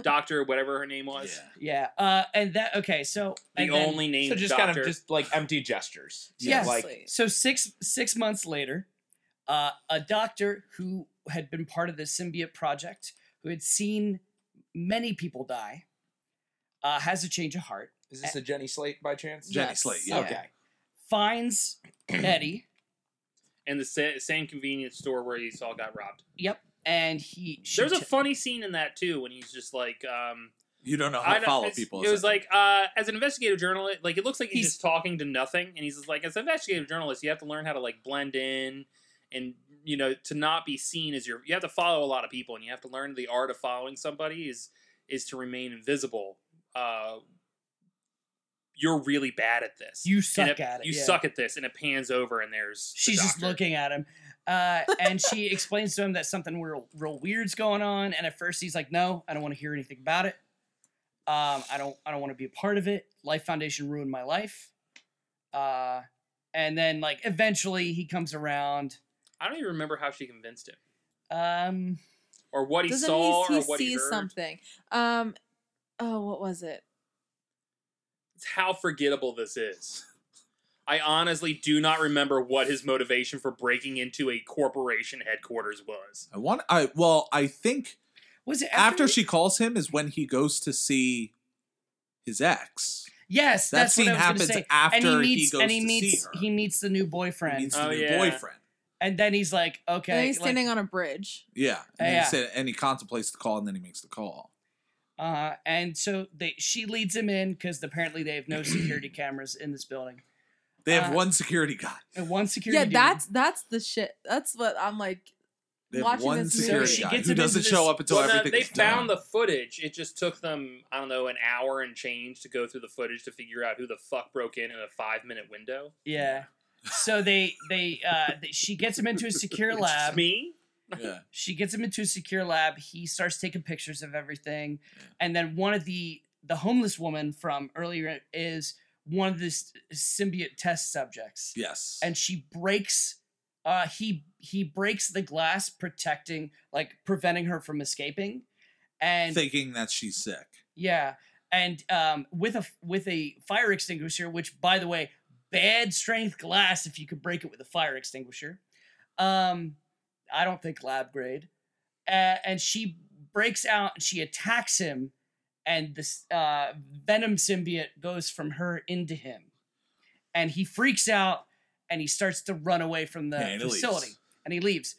S4: doctor whatever her name was
S5: yeah. Uh, and that okay. So
S4: the
S5: and then-
S4: only name
S8: So just
S4: doctor
S8: kind of just like empty gestures.
S5: Yeah,
S8: Like
S7: Seriously.
S5: So six six months later, uh, a doctor who had been part of the symbiote project, who had seen many people die, uh, has a change of heart,
S8: is this a Jenny Slate by chance?
S3: Jenny
S7: Yes.
S3: Slate. Yeah.
S5: Yeah.
S8: Okay.
S5: finds Eddie.
S4: and the sa- same convenience store where he all got robbed
S5: Yep, and he she
S4: there's a
S5: t-
S4: funny scene in that too when he's just like um
S3: You don't know how to
S4: know,
S3: follow
S4: it's-
S3: people.
S4: It was like, uh, as an investigative journalist, like it looks like he's,
S5: He's-
S4: just talking to nothing, and he's just like, as an investigative journalist, you have to learn how to like blend in, and you know, to not be seen as your. You have to follow a lot of people, and you have to learn the art of following somebody is is to remain invisible. Uh, you're really bad at this.
S5: you
S4: And
S5: suck at it.
S4: You
S5: yeah.
S4: suck at this, and it pans over, and there's the
S5: She's just
S4: doctor.
S5: looking at him. Uh, and she explains to him that something real, real weird's going on. And at first he's like, no, I don't want to hear anything about it. Um, I don't, I don't want to be a part of it. Life Foundation ruined my life. Uh, and then like eventually he comes around.
S4: I don't even remember how she convinced him,
S5: Um,
S4: or what he
S7: Doesn't
S4: saw,
S7: he,
S4: or what
S7: sees
S4: he heard.
S7: something? Um, oh, what was it?
S4: It's how forgettable this is. I honestly do not remember what his motivation for breaking into a corporation headquarters was.
S3: I want. I well, I think
S5: was it
S3: after, she calls him is when he goes to see his ex.
S5: Yes,
S3: That
S5: that's
S3: scene
S5: what I was
S3: happens
S5: gonna say.
S3: after
S5: and he meets,
S3: goes
S5: and he
S3: to
S5: meets,
S3: see her.
S5: he meets the new boyfriend.
S3: He meets
S4: Oh,
S3: the new
S4: yeah.
S3: boyfriend.
S5: and then he's like, okay,
S7: and then he's
S5: like-
S7: standing on a bridge.
S3: Yeah, and,
S5: Yeah.
S3: He said, and he contemplates the call, and then he makes the call.
S5: Uh, and so they she leads him in because apparently they have no security cameras in this building.
S3: They have
S5: Uh,
S3: one security guy.
S5: And one security.
S7: Yeah,
S5: dude-
S7: that's that's the shit. That's what I'm like.
S3: They have
S7: watching
S3: one
S7: this
S3: security
S7: movie-
S3: guy who
S5: She gets him into
S3: doesn't
S5: this-
S3: show up until
S4: Well, no,
S3: everything
S4: they
S3: is done.
S4: found the footage. It just took them, I don't know, an hour and change to go through the footage to figure out who the fuck broke in in a five minute window.
S5: yeah. So they they uh they, she gets him into a secure
S4: It's just
S5: lab.
S4: me?
S3: Yeah.
S5: She gets him into a secure lab. He starts taking pictures of everything, and then one of the the homeless woman from earlier is one of the s- symbiote test subjects.
S3: Yes.
S5: and she breaks uh he he breaks the glass protecting like preventing her from escaping and
S3: thinking that she's sick.
S5: yeah and um with a with a fire extinguisher which by the way bad strength glass if you could break it with a fire extinguisher um i don't think lab grade uh, and she breaks out and she attacks him and this uh venom symbiote goes from her into him and he freaks out and he starts to run away from the
S3: Yeah, and he leaves.
S5: facility and he leaves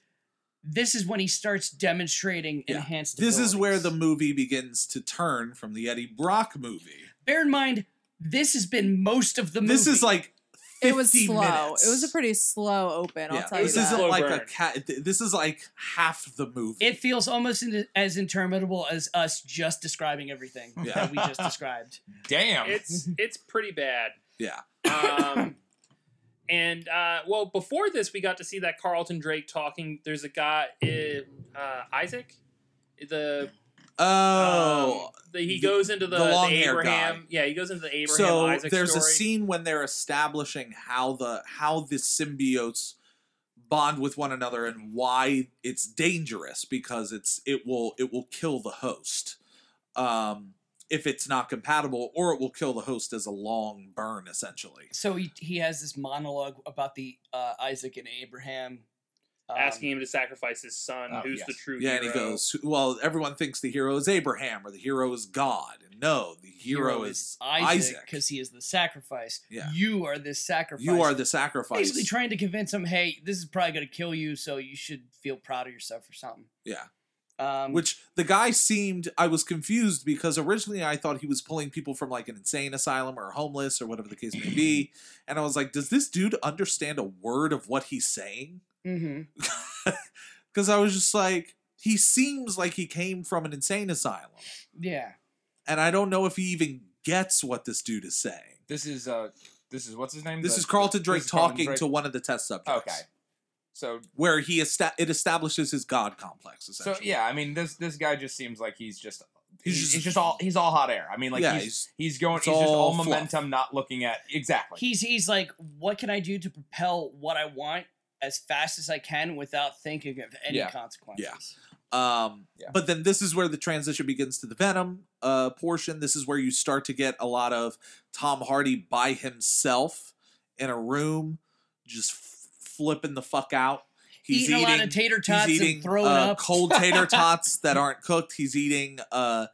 S5: this is when he starts demonstrating
S3: Yeah.
S5: enhanced
S3: This is where
S5: abilities.
S3: the movie begins to turn from the Eddie Brock movie.
S5: bear in mind this has been most of the movie.
S3: This is like 50
S7: It was slow.
S3: minutes.
S7: It was a pretty slow open. I'll
S3: Yeah,
S7: tell you
S3: this
S7: that.
S3: isn't
S4: Slow
S3: like a
S4: burn.
S3: cat. This is like half the movie.
S5: it feels almost in, as interminable as us just describing everything
S3: Yeah.
S5: that we just described.
S8: Damn.
S4: It's it's pretty bad.
S3: Um, yeah,
S4: Um, and uh, well, before this, we got to see that Carlton Drake talking. There's a guy, uh, uh, Isaac, the
S3: Oh,
S4: Um, the- he
S3: the-
S4: goes into the,
S3: the
S4: the
S3: long-haired
S4: Abraham.
S3: guy.
S4: Yeah, he goes into the Abraham
S3: so
S4: Isaac
S3: there's
S4: story.
S3: a scene when they're establishing how the how the symbiotes bond with one another and why it's dangerous because it's it will it will kill the host um, if it's not compatible or it will kill the host as a long burn essentially.
S5: So he he has this monologue about the uh, Isaac and Abraham Um,
S4: asking him to sacrifice his son,
S8: oh,
S4: who's
S8: yes.
S4: the true
S3: Yeah,
S4: hero.
S3: and he goes, "Well, everyone thinks the hero is Abraham or the hero is God. And no, the hero, is Isaac.
S5: because he is the sacrifice.
S3: Yeah.
S5: You are this sacrifice.
S3: You are the sacrifice."
S5: basically trying to convince him, hey, this is probably going to kill you, so you should feel proud of yourself or something.
S3: yeah,
S5: Um,
S3: which the guy seemed. I was confused because originally I thought he was pulling people from like an insane asylum or homeless or whatever the case may be, and I was like, "Does this dude understand a word of what he's saying?"
S5: mhm.
S3: Because I was just like, he seems like he came from an insane asylum,
S5: yeah,
S3: and I don't know if he even gets what this dude is saying.
S8: This is uh, this is what's his name?
S3: This
S8: The-
S3: is Carlton Drake
S8: this is Carlton
S3: talking
S8: Drake.
S3: to one of the test subjects.
S8: Okay. So
S3: Where he esta- it establishes his god complex
S8: so
S3: essentially.
S8: yeah, I mean this this guy just seems like he's just
S3: He's
S8: he's,
S3: just-
S8: just, just all he's all hot air. I mean like
S3: yeah,
S8: he's, he's
S3: he's-
S8: going
S3: it's
S8: he's just all
S3: all fluff.
S8: momentum, not looking at exactly.
S5: he's he's like, what can I do to propel what I want as fast as I can without thinking of any
S8: Yeah.
S5: consequences?
S3: um
S8: Yeah.
S3: but then this is where the transition begins to the Venom uh portion. This is where you start to get a lot of Tom Hardy by himself in a room just f- flipping the fuck out. He's
S5: eating, a lot of tater
S3: He's
S5: tots
S3: eating
S5: and throwing
S3: uh,
S5: up
S3: cold tater tots that aren't cooked. He's eating uh,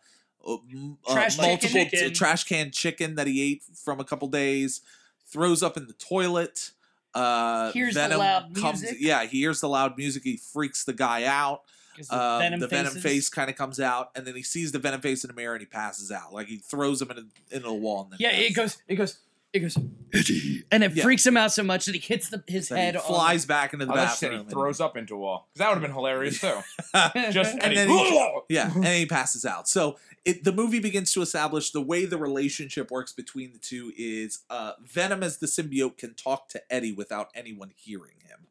S3: uh, m- uh,
S5: Trash chicken.
S3: multiple t-
S4: Chicken.
S3: trash can chicken that he ate from a couple days. Throws up in the toilet. Uh,
S5: Hears the
S3: Venom
S5: loud
S3: comes.
S5: music.
S3: Yeah, he hears the loud music. He freaks the guy out.
S5: 'cause the
S3: Um, the venom
S5: faces-
S3: face kind of comes out, and then he sees the venom face in the mirror, and he passes out. Like he throws him in a, in a wall. And then
S5: Yeah, it
S3: passes out.
S5: goes, it goes, it goes,
S6: Eddie.
S5: and it
S3: Yeah.
S5: freaks him out so much that he hits the, his
S3: Then
S5: head.
S3: he
S5: on
S3: flies back into the
S8: I thought you said
S3: bathroom.
S8: he
S3: and-
S8: throws up into a wall because that would have been hilarious too.
S5: the-
S8: Just
S3: And
S8: and
S3: then he- Yeah, and he passes out. So it, the movie begins to establish the way the relationship works between the two is uh, Venom as the symbiote can talk to Eddie without anyone hearing him.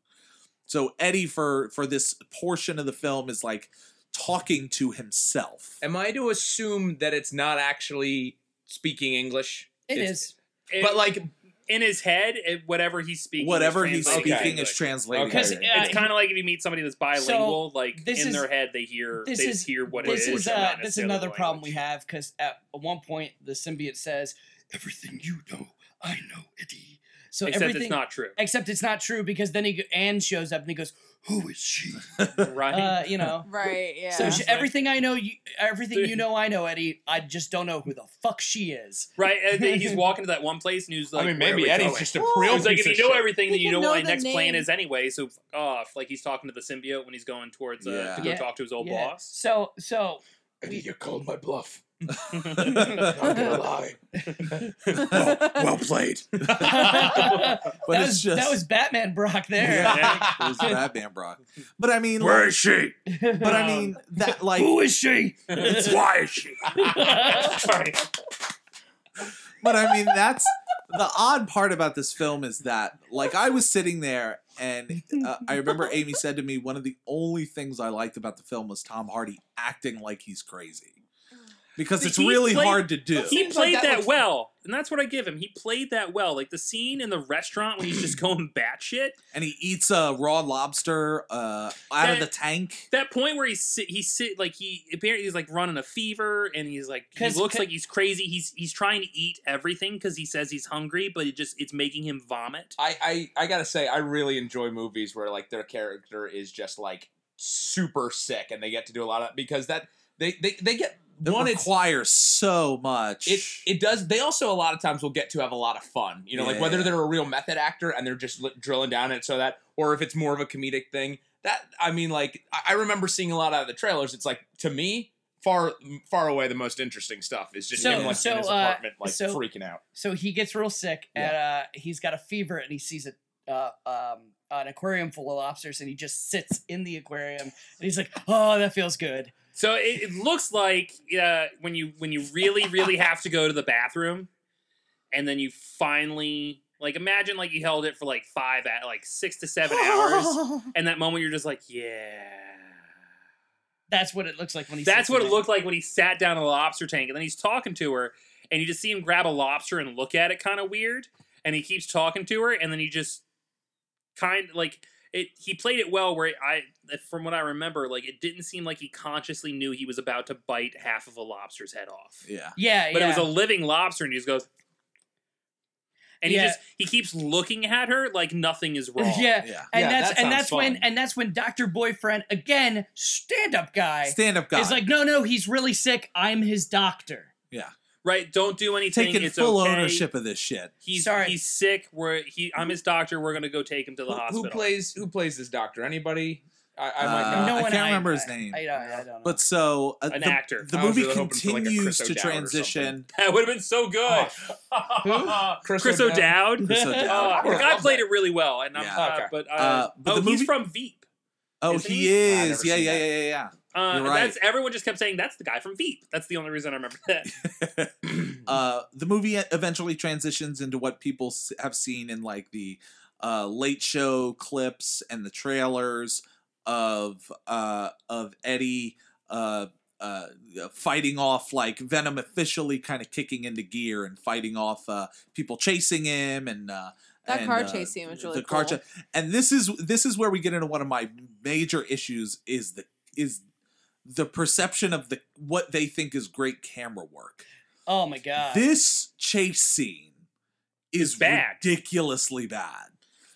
S3: So Eddie for for this portion of the film is like talking to himself.
S1: Am I to assume that it's not actually speaking English?
S5: it
S1: It's-
S5: is.
S4: It-
S1: But like,
S4: in his head, it, whatever he's speaking, is
S3: Whatever he's
S4: translated
S3: speaking
S4: into
S3: is
S4: English.
S3: translated.
S8: Okay. 'Cause,
S3: into
S5: uh,
S3: English.
S4: It's kind of like if you meet somebody that's bilingual, like
S5: this
S4: in
S5: is-
S4: their head they hear they
S5: this
S4: just
S5: is-
S4: hear what
S5: this
S4: it is.
S5: is
S4: and
S5: uh,
S4: not
S5: this is
S4: necessarily the
S5: another problem we
S4: language.
S5: have because at one point the symbiote says
S6: Everything you know, I know, Eddie.
S5: so
S4: Except
S5: everything
S4: it's not true,
S5: except it's not true because then he go- Anne shows up and he goes
S6: Who is she?
S4: right?
S5: uh, you know
S7: Right. Yeah.
S5: so she,
S4: Yeah.
S5: everything I know you everything you know I know Eddie I just don't know who the fuck she is
S4: right? And then he's walking to that one place, and he's like,
S8: I mean,
S4: "Where are
S8: maybe
S4: we
S8: Eddie's
S4: going?"
S8: just a
S7: Well,
S8: real
S4: He's like,
S8: piece
S4: if you
S8: of
S4: know
S8: shit.
S4: everything, then
S7: He
S4: you
S7: can
S4: know
S7: know
S4: what my next
S7: the
S4: plan
S7: name.
S4: is anyway. So fuck off. Like he's talking to the symbiote when he's going towards uh, to go
S5: Yeah.
S4: talk to his old
S5: Yeah.
S4: boss.
S5: so so
S6: Eddie, you called my bluff.
S7: Not gonna
S6: lie.
S7: well,
S6: Well played.
S5: that
S3: but it's
S5: was
S3: just
S5: that was Batman Brock there
S3: yeah, it was Batman Brock. But I mean,
S6: Where is she?
S3: but I mean that like
S5: who is she
S6: Why is she?
S4: Sorry.
S3: but I mean, that's the odd part about this film is that, like, I was sitting there and uh, I remember Amy said to me, one of the only things I liked about the film was Tom Hardy acting like he's crazy. Because
S4: See,
S3: it's
S4: he
S3: really
S4: played-
S3: hard to do.
S4: He
S1: Seems like
S4: played
S1: that
S4: that
S1: looks-
S4: well, and that's what I give him. He played that well. Like the scene in the restaurant when he's just going batshit.
S3: And he eats a raw lobster uh, out
S4: That-
S3: of the tank.
S4: that point where he's sit, he's sit like he apparently he's like running a fever and he's like he
S5: 'Cause-
S4: looks
S5: ca-
S4: like he's crazy. He's he's trying to eat everything because he says he's hungry, but it just it's making him vomit.
S8: I, I I gotta say, I really enjoy movies where like their character is just like super sick, and they get to do a lot of because that they they, they get
S3: It
S8: one. It's
S3: requires so much.
S8: it it does. They also a lot of times will get to have a lot of fun. You know, like
S3: Yeah.
S8: whether they're a real method actor and they're just li- drilling down it so that, or if it's more of a comedic thing. That I mean, like I, I remember seeing a lot out of the trailers. It's like to me. Far, far away, the most interesting stuff is just
S5: So-
S8: him like
S5: so,
S8: in his
S5: uh,
S8: apartment, like
S5: so-
S8: freaking out.
S5: so he gets real sick and uh, he's got a fever and he sees a uh, um, an aquarium full of lobsters and he just sits in the aquarium and he's like, "Oh, that feels good."
S4: So it, it looks like uh, when you when you really really have to go to the bathroom, and then you finally like imagine like you held it for like five at like six to seven hours, and that moment you're just like yeah.
S5: That's what it looks like when he.
S4: That's
S5: sits
S4: what
S5: in
S4: it looked like when he sat down in the lobster tank, and then he's talking to her, and you just see him grab a lobster and look at it kind of weird, and he keeps talking to her, and then he just kind like it. He played it well, where I, from what I remember, like it didn't seem like he consciously knew he was about to bite half of a lobster's head off,
S3: yeah.
S5: Yeah,
S4: but
S5: yeah.
S4: it was a living lobster, and he just goes, and
S5: Yeah.
S4: he just he keeps looking at her like nothing is wrong.
S5: yeah.
S3: Yeah.
S5: And
S8: Yeah, that
S5: that's and
S8: sounds
S5: that's when
S8: fun.
S5: and that's when Doctor Boyfriend again stand up guy
S3: Stand up guy.
S5: is like no no he's really sick I'm his doctor
S4: right. Don't do anything.
S3: taking
S4: it's
S3: full
S4: okay.
S3: ownership of this shit.
S4: He's
S5: Sorry.
S4: he's sick. We're he. I'm his doctor. We're gonna go take him to the
S8: Who, who
S4: hospital.
S8: plays who plays this doctor? Anybody? I, I
S3: Uh,
S8: might not.
S5: no
S3: I
S5: one
S3: can't remember his name.
S5: I, I, I don't know.
S3: But so uh,
S4: An
S3: the,
S4: actor.
S3: the
S8: I was
S3: movie
S8: really hoping for, like, a
S3: continues
S8: Chris
S3: to
S8: O'Dowd or
S3: transition. Oh.
S4: that would have been so good.
S8: Chris,
S4: Chris
S8: O'Dowd?
S4: O'Dowd.
S3: Chris O'Dowd. Oh,
S4: Uh, the
S8: would've
S4: guy
S8: loved
S4: played
S8: that.
S4: it really well, and I'm
S3: Yeah.
S4: uh,
S8: Okay.
S4: but, uh,
S3: Uh, but
S4: oh,
S3: the
S4: he's
S3: movie-
S4: from Veep.
S3: Oh,
S4: Isn't
S3: he
S4: he?
S8: I've
S3: is.
S8: never
S3: Yeah,
S8: seen
S3: yeah,
S8: that.
S3: yeah, yeah, yeah.
S4: Uh,
S3: You're
S4: and
S3: right.
S4: That's everyone just kept saying that's the guy from Veep. That's the only reason I remember that.
S3: uh, the movie eventually transitions into what people s- have seen in like the uh, late show clips and the trailers of uh, of Eddie uh, uh, fighting off like Venom officially kind of kicking into gear and fighting off uh, people chasing him and uh,
S7: That
S3: and,
S7: car
S3: uh,
S7: chase scene was really
S3: the car
S7: cool.
S3: cha- and this is this is where we get into one of my major issues is the is the perception of the what they think is great camera work
S5: oh my god.
S3: this chase scene is
S4: bad.
S3: ridiculously bad.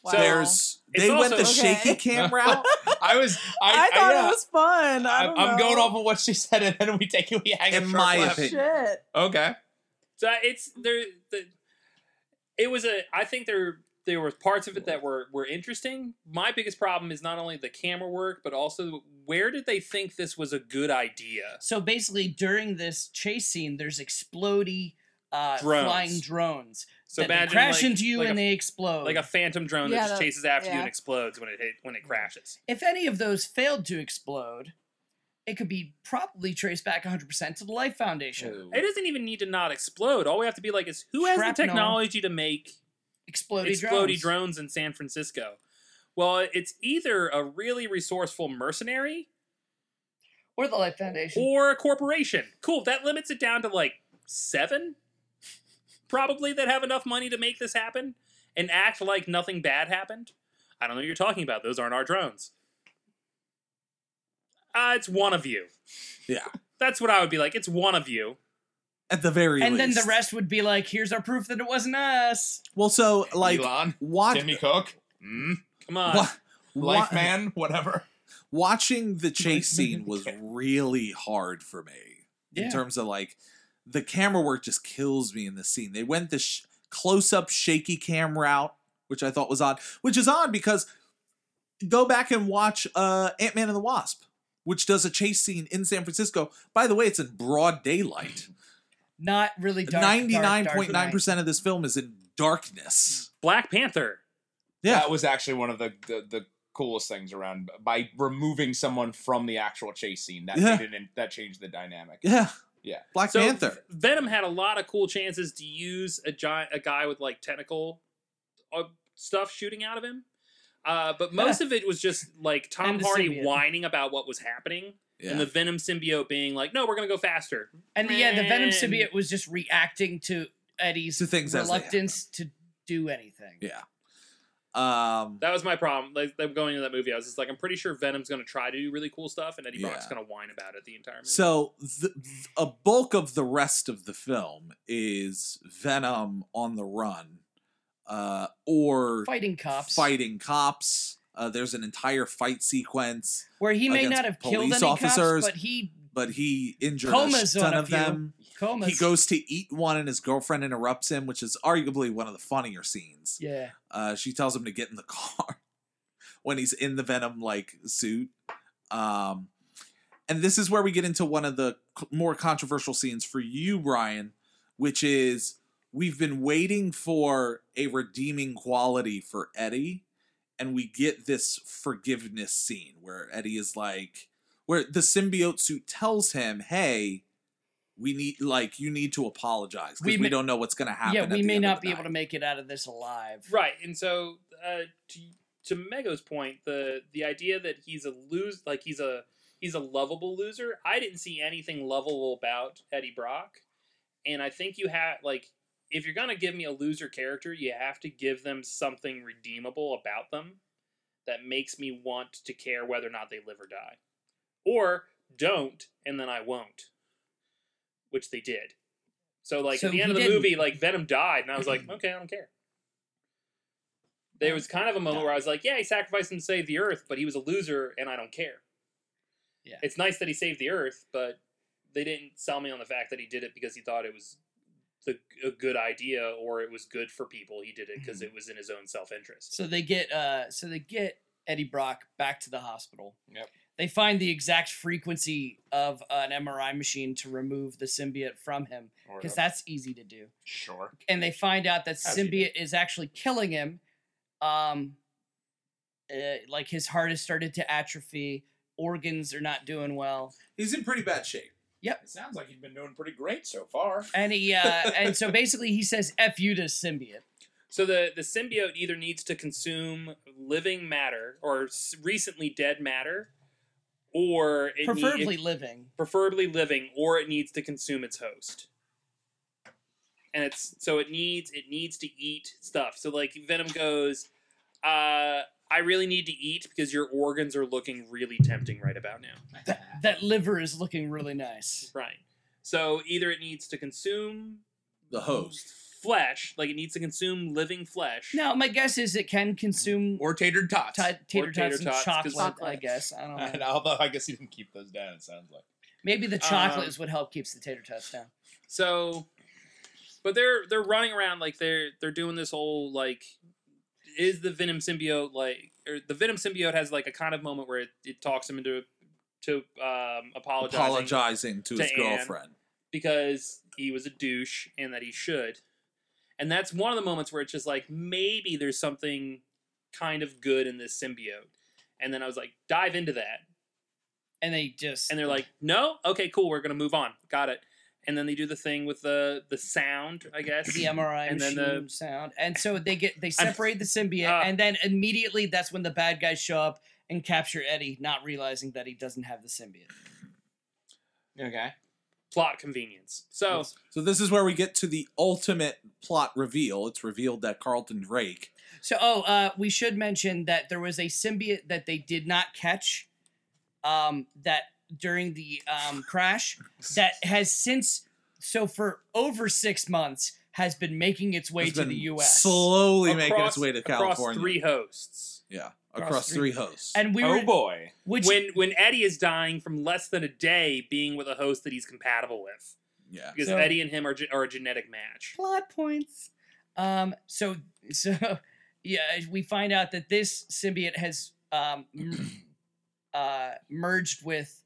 S7: Wow.
S3: There's
S4: It's
S3: they went
S4: also-
S3: the
S7: Okay.
S3: shaky cam route.
S8: I was. I,
S7: I, thought
S8: yeah.
S7: it was fun. I
S8: I
S7: don't
S8: am
S7: know.
S8: going off of what she said, and then we take it. We hang a
S3: In
S8: sharp
S3: my
S8: left.
S3: opinion.
S7: Shit.
S8: Okay.
S4: So it's there. The, it was a. I think there there were parts of it that were were interesting. My biggest problem is not only the camera work, but also where did they think this was a good idea?
S5: So basically, during this chase scene, there's explodey uh,
S4: Drones.
S5: flying drones
S4: So
S5: that they
S4: imagine
S5: crash
S4: like-
S5: into you
S4: like
S5: and
S4: a,
S5: they explode.
S4: like a phantom drone
S7: Yeah,
S4: that just
S7: that-
S4: chases after you
S7: yeah.
S4: and explodes when it hit, when it crashes.
S5: if any of those failed to explode, it could be probably traced back 100% to the Life Foundation.
S4: It doesn't even need to not explode. All we have to be like is who has the
S5: Shrapnel.
S4: technology to make
S5: Explodey,
S4: explodey
S5: drones.
S4: drones in San Francisco? Well, it's either a really resourceful mercenary
S5: Or the Life Foundation.
S4: or a corporation. Cool. That limits it down to like seven, probably, that have enough money to make this happen and act like nothing bad happened. I don't know what you're talking about. Those aren't our drones. Uh, it's one of you.
S3: Yeah.
S4: That's what I would be like. It's one of you.
S3: At the very
S5: and
S3: least.
S5: then the rest would be like, here's our proof that it wasn't us.
S3: Well, so like
S8: Elon,
S3: watch,
S8: Jimmy Cook, mm,
S4: Come on.
S3: wa- wa-
S8: Life Man, whatever.
S3: watching the chase
S8: Life Man
S3: scene
S8: in the
S3: was
S8: camera.
S3: really hard for me
S5: Yeah.
S3: in terms of like the camera work just kills me in this scene. They went the sh- close up shaky cam route, which I thought was odd, which is odd because go back and watch uh, Ant Man and the Wasp, which does a chase scene in San Francisco. By the way, it's in broad daylight.
S5: Not really dark. dark, dark
S3: Ninety-nine point nine
S5: night.
S3: percent of this film is in darkness.
S4: Black Panther.
S3: Yeah.
S8: Mm. That was actually one of the, the the coolest things around by removing someone from the actual chase scene. That
S3: Yeah.
S8: made it in, that changed the dynamic.
S3: Yeah,
S8: Yeah.
S3: Black
S4: So,
S3: Panther.
S4: Venom had a lot of cool chances to use a giant, a guy with like tentacle uh, stuff shooting out of him. Uh, but most of it was just like Tom
S5: And the
S4: Hardy
S5: symbiote.
S4: whining about what was happening,
S3: Yeah.
S4: and the Venom symbiote being like, "No, we're gonna go faster."
S5: And yeah, the Venom
S4: Man.
S5: symbiote was just reacting to Eddie's
S3: To things as they
S5: reluctance to do anything.
S3: Yeah. um,
S4: That was my problem. Like them going into that movie, I was just like, "I'm pretty sure Venom's gonna try to do really cool stuff, and Eddie Brock's
S3: Yeah.
S4: gonna whine about it the entire movie."
S3: So the, a bulk of the rest of the film is Venom on the run, uh, or
S5: Fighting cops.
S3: fighting cops. Uh, there's an entire fight sequence,
S5: Where he may
S3: against
S5: not have killed
S3: police
S5: any
S3: officers.
S5: cops, but he
S3: but he injures
S5: Coma's
S3: a ton
S5: on a
S3: of
S5: few.
S3: them.
S5: comas.
S3: He goes to eat one, and his girlfriend interrupts him, which is arguably one of the funnier scenes.
S5: Yeah.
S3: Uh, she tells him to get in the car when he's in the Venom like suit. Um, and this is where we get into one of the c- more controversial scenes for you, Brian, which is we've been waiting for a redeeming quality for Eddie, and we get this forgiveness scene where Eddie is like, where the symbiote suit tells him, "Hey." We need, like, you need to apologize because
S5: We
S3: we,
S5: may-
S3: don't know what's going to happen.
S5: Yeah,
S3: at
S5: we
S3: the
S5: may
S3: end of
S5: not
S3: the
S5: be able to
S3: night."
S5: make it out of this alive.
S4: Right, and so uh, to to Mego's point, the the idea that he's a lose like he's a he's a lovable loser. I didn't see anything lovable about Eddie Brock, and I think you have like if you're gonna give me a loser character, you have to give them something redeemable about them that makes me want to care whether or not they live or die, or don't, and then I won't, which they did. So like
S5: So
S4: at the end
S5: he
S4: of the
S5: didn't.
S4: movie, like Venom died, and I was like, okay, I don't care. There was kind of a moment where I was like, yeah, he sacrificed him to save the Earth, but he was a loser, and I don't care.
S5: Yeah.
S4: It's nice that he saved the Earth, but they didn't sell me on the fact that he did it because he thought it was the, a good idea or it was good for people. He did it because it was in his own self interest.
S5: So they get uh so they get Eddie Brock back to the hospital.
S8: Yep.
S5: They find the exact frequency of an MRI machine to remove the symbiote from him
S8: Or-
S5: because that's easy to do.
S8: sure.
S5: And they find out that
S8: As you do.
S5: symbiote is actually killing him. Um uh, like his heart has started to atrophy, organs are not doing well.
S3: He's in pretty bad shape.
S8: It sounds like you've been doing pretty great so far.
S5: And he uh and so basically he says F you to symbiote.
S4: So the, the symbiote either needs to consume living matter or s- recently dead matter, or it need-
S5: Preferably living.
S4: preferably living, or it needs to consume its host. And it's so it needs it needs to eat stuff. So like Venom goes, uh, I really need to eat because your organs are looking really tempting right about now.
S5: That liver is looking really nice.
S4: Right. So either it needs to consume
S3: The host.
S4: flesh, like it needs to consume living flesh.
S5: Now my guess is it can consume
S8: Or tater tots.
S5: Tot- tater, tots
S4: tater
S5: and
S4: tots, 'cause-
S5: chocolate, I
S7: Chocolate.
S5: guess. I don't know.
S8: And although I guess he didn't keep those down, it sounds like.
S5: Maybe the chocolate
S4: Um,
S5: is what help keeps the tater tots down.
S4: So, but they're they're running around like they're they're doing this whole like, is the Venom symbiote like or the Venom symbiote has like a kind of moment where it, it talks him into to um, apologizing
S3: Apologizing to his
S4: to Anne.
S3: girlfriend.
S4: because he was a douche and that he should, and that's one of the moments where it's just like maybe there's something kind of good in this symbiote, and then I was like dive into that,
S5: And they just
S4: and they're like, "No, okay, cool, we're gonna move on, got it." And then they do the thing with the the sound, I guess.
S5: the MRI
S4: and then
S5: machine
S4: the-
S5: sound, and so they get they separate the symbiote,
S4: Ah.
S5: and then immediately that's when the bad guys show up and capture Eddie, not realizing that he doesn't have the symbiote.
S8: Okay.
S4: plot convenience. So
S3: So this is where we get to the ultimate plot reveal. It's revealed that Carlton Drake.
S5: So oh, uh, we should mention that there was a symbiote that they did not catch, um, that during the um, crash that has since so for over six months has been making its way
S3: has
S5: to
S3: been
S5: the U.S.
S3: Slowly making
S4: across-
S3: its way to
S4: across
S3: California.
S4: three hosts.
S3: yeah.
S5: across
S3: Across,
S5: three-
S3: three hosts.
S5: and we were
S8: Oh boy.
S5: which
S4: when when Eddie is dying from less than a day being with a host that he's compatible with,
S3: yeah.
S4: because
S5: So-
S4: Eddie and him are, ge- are a genetic match.
S5: plot points. Um, so so yeah, we find out that this symbiote has um, m- uh, merged with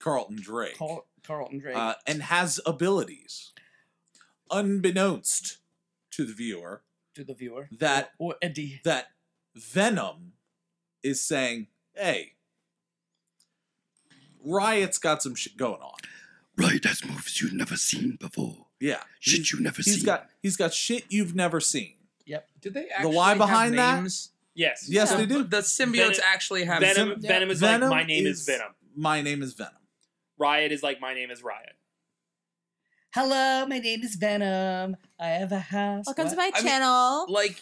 S3: Carlton Drake.
S5: Carl- Carlton Drake.
S3: uh, and has abilities unbeknownst to the viewer
S5: to the viewer
S3: that-
S5: or, or Eddie.
S3: that Venom is saying, "Hey, Riot's got some shit going on."
S6: Right has moves you've never seen before.
S3: Yeah,
S6: Shit
S3: he's,
S6: you never
S3: he's
S6: seen.
S3: got he's got shit you've never seen.
S8: Did they
S3: The why behind that?
S4: Yes.
S3: Yes,
S7: Yeah.
S3: they do.
S8: Um, The symbiotes
S4: Venom-
S8: actually have
S4: Venom.
S8: sym-
S4: Venom is
S3: Venom
S4: like my name is,
S3: is-
S4: Venom.
S3: My name is Venom.
S4: Riot is like my name is Riot.
S5: Hello, my name is Venom. I have a house.
S7: Welcome to
S5: What?
S7: my
S8: I mean-
S7: channel.
S8: like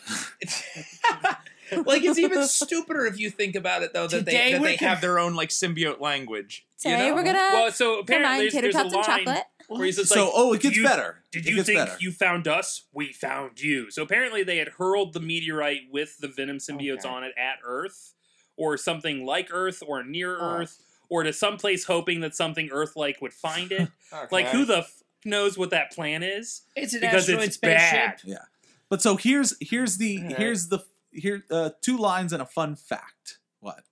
S8: like it's even stupider if you think about it though that
S5: Today
S8: they that
S5: we're
S8: they
S5: gonna-
S8: have their own like symbiote language. you
S7: Today
S8: know?
S7: we're gonna
S4: well, so
S7: combine
S4: apparently
S7: Uh, tater
S4: there's, there's
S7: tots
S4: a
S7: and
S4: line
S7: chocolate.
S4: where he's just
S3: so,
S4: like,
S3: oh, it gets
S4: you-
S3: better.
S4: Did
S3: It
S4: you
S3: gets
S4: think
S3: better.
S4: you found us? We found you. So apparently they had hurled the meteorite with the venom symbiotes
S8: Okay.
S4: on it at Earth, or something like Earth, or near
S8: Oh.
S4: Earth, or to some place hoping that something Earth-like would find it.
S8: Okay.
S4: like who the f- knows what that plan is?
S5: It's an
S4: Because
S5: asteroid
S4: it's
S5: spaceship.
S4: bad.
S3: But so here's here's the
S8: Alright.
S3: here's the here uh, two lines and a fun fact. What?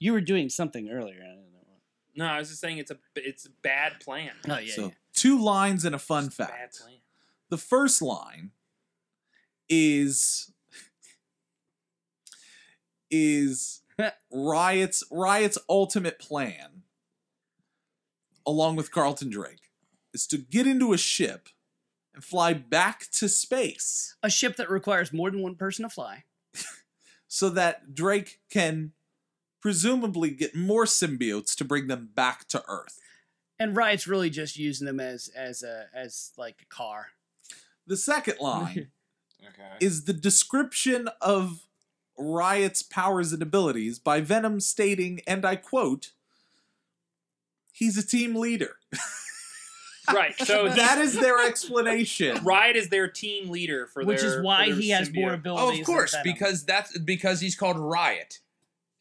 S5: You were doing something earlier. I don't know.
S4: No, I was just saying it's a it's a bad plan.
S5: Oh yeah.
S3: so
S5: yeah.
S3: two lines and a fun
S4: It's a
S3: fact.
S4: Bad plan.
S3: the first line is is riots riots ultimate plan along with carlton drake is to get into a ship and fly back to space
S5: A ship that requires more than one person to fly.
S3: so that drake can presumably get more symbiotes to bring them back to earth
S5: And Riot's really just using them as as a as like a car.
S3: the second line
S8: Okay.
S3: is the description of Riot's powers and abilities by Venom stating, and I quote, he's a team leader.
S4: right. So he-
S3: that is their explanation.
S4: Riot is their team leader for
S5: which
S4: their,
S5: is
S4: for
S5: why
S4: their
S5: he has
S4: symbiote.
S5: more
S8: Oh,
S5: abilities.
S8: of
S5: than
S8: course,
S5: Venom.
S8: because that's because he's called Riot.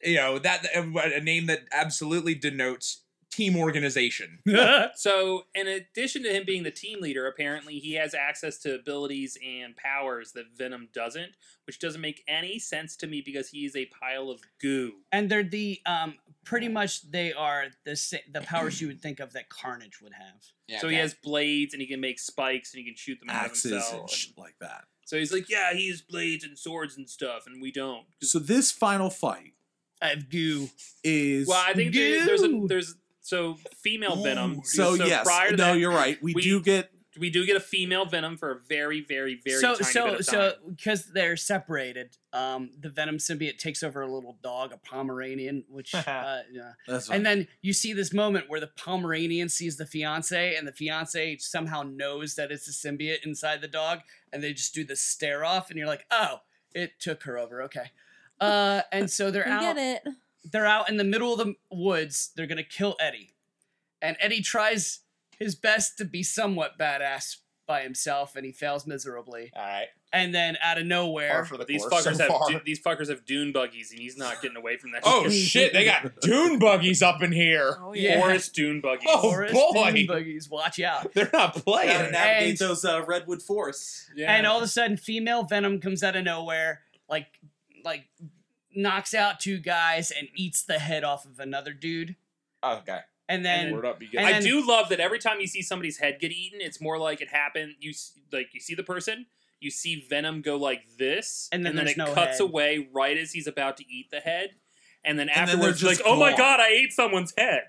S8: You know that uh, a name that absolutely denotes team organization.
S4: So, in addition to him being the team leader, apparently he has access to abilities and powers that Venom doesn't, which doesn't make any sense to me because he is a pile of goo.
S5: and they're the um pretty much they are the sa- the powers you would think of that Carnage would have.
S4: So he has blades and he can make spikes and he can shoot them out of
S3: Axes
S4: himself.
S3: and shit like that.
S4: so he's like, yeah, he has blades and swords and stuff, and we don't.
S3: So this final fight
S5: I have goo.
S3: is
S4: Well, I think there- there's a
S5: Goo.
S4: there's so female Venom.
S3: so, yes.
S4: prior to
S3: no,
S4: that,
S3: you're right. We,
S4: we-
S3: do get
S4: we do get a female Venom for a very, very, very
S5: so
S4: tiny
S5: so
S4: bit of
S5: so
S4: time.
S5: because they're separated, um, the Venom symbiote takes over a little dog, a Pomeranian, which uh, yeah.
S3: that's
S5: And then you see this moment where the Pomeranian sees the fiance, and the fiance somehow knows that it's a symbiote inside the dog, and they just do the stare off, and you're like, oh, it took her over, okay. Uh, and so they're
S7: We
S5: out.
S7: get it.
S5: they're out in the middle of the woods. They're gonna kill Eddie, and Eddie tries his best to be somewhat badass by himself, and he fails miserably.
S8: all right.
S5: And then out of nowhere,
S4: But these fuckers have du- these fuckers have dune buggies, and he's not getting away from that.
S8: Oh
S4: shit.
S8: shit! They got dune buggies up in here.
S7: Oh
S5: yeah.
S4: forest dune buggies.
S8: Oh,
S5: forest
S8: boy.
S5: dune buggies, watch out!
S8: They're not
S3: gotta
S8: playing.
S3: navigate
S5: and-
S3: those uh, redwood forests.
S4: Yeah.
S5: And all of a sudden, female Venom comes out of nowhere, like like knocks out two guys and eats the head off of another dude,
S8: Okay.
S5: and then
S8: Word up, you guys.
S5: and
S4: I
S5: then-
S4: do love that every time you see somebody's head get eaten, it's more like it happened. You s- like you see the person, you see Venom go like this,
S5: And then
S4: it
S5: there's no
S4: cuts
S5: head.
S4: away right as he's about to eat the head, and then
S3: And then they're
S4: afterwards, you're
S3: just
S4: like, oh my
S3: gone."
S4: god, I ate someone's head.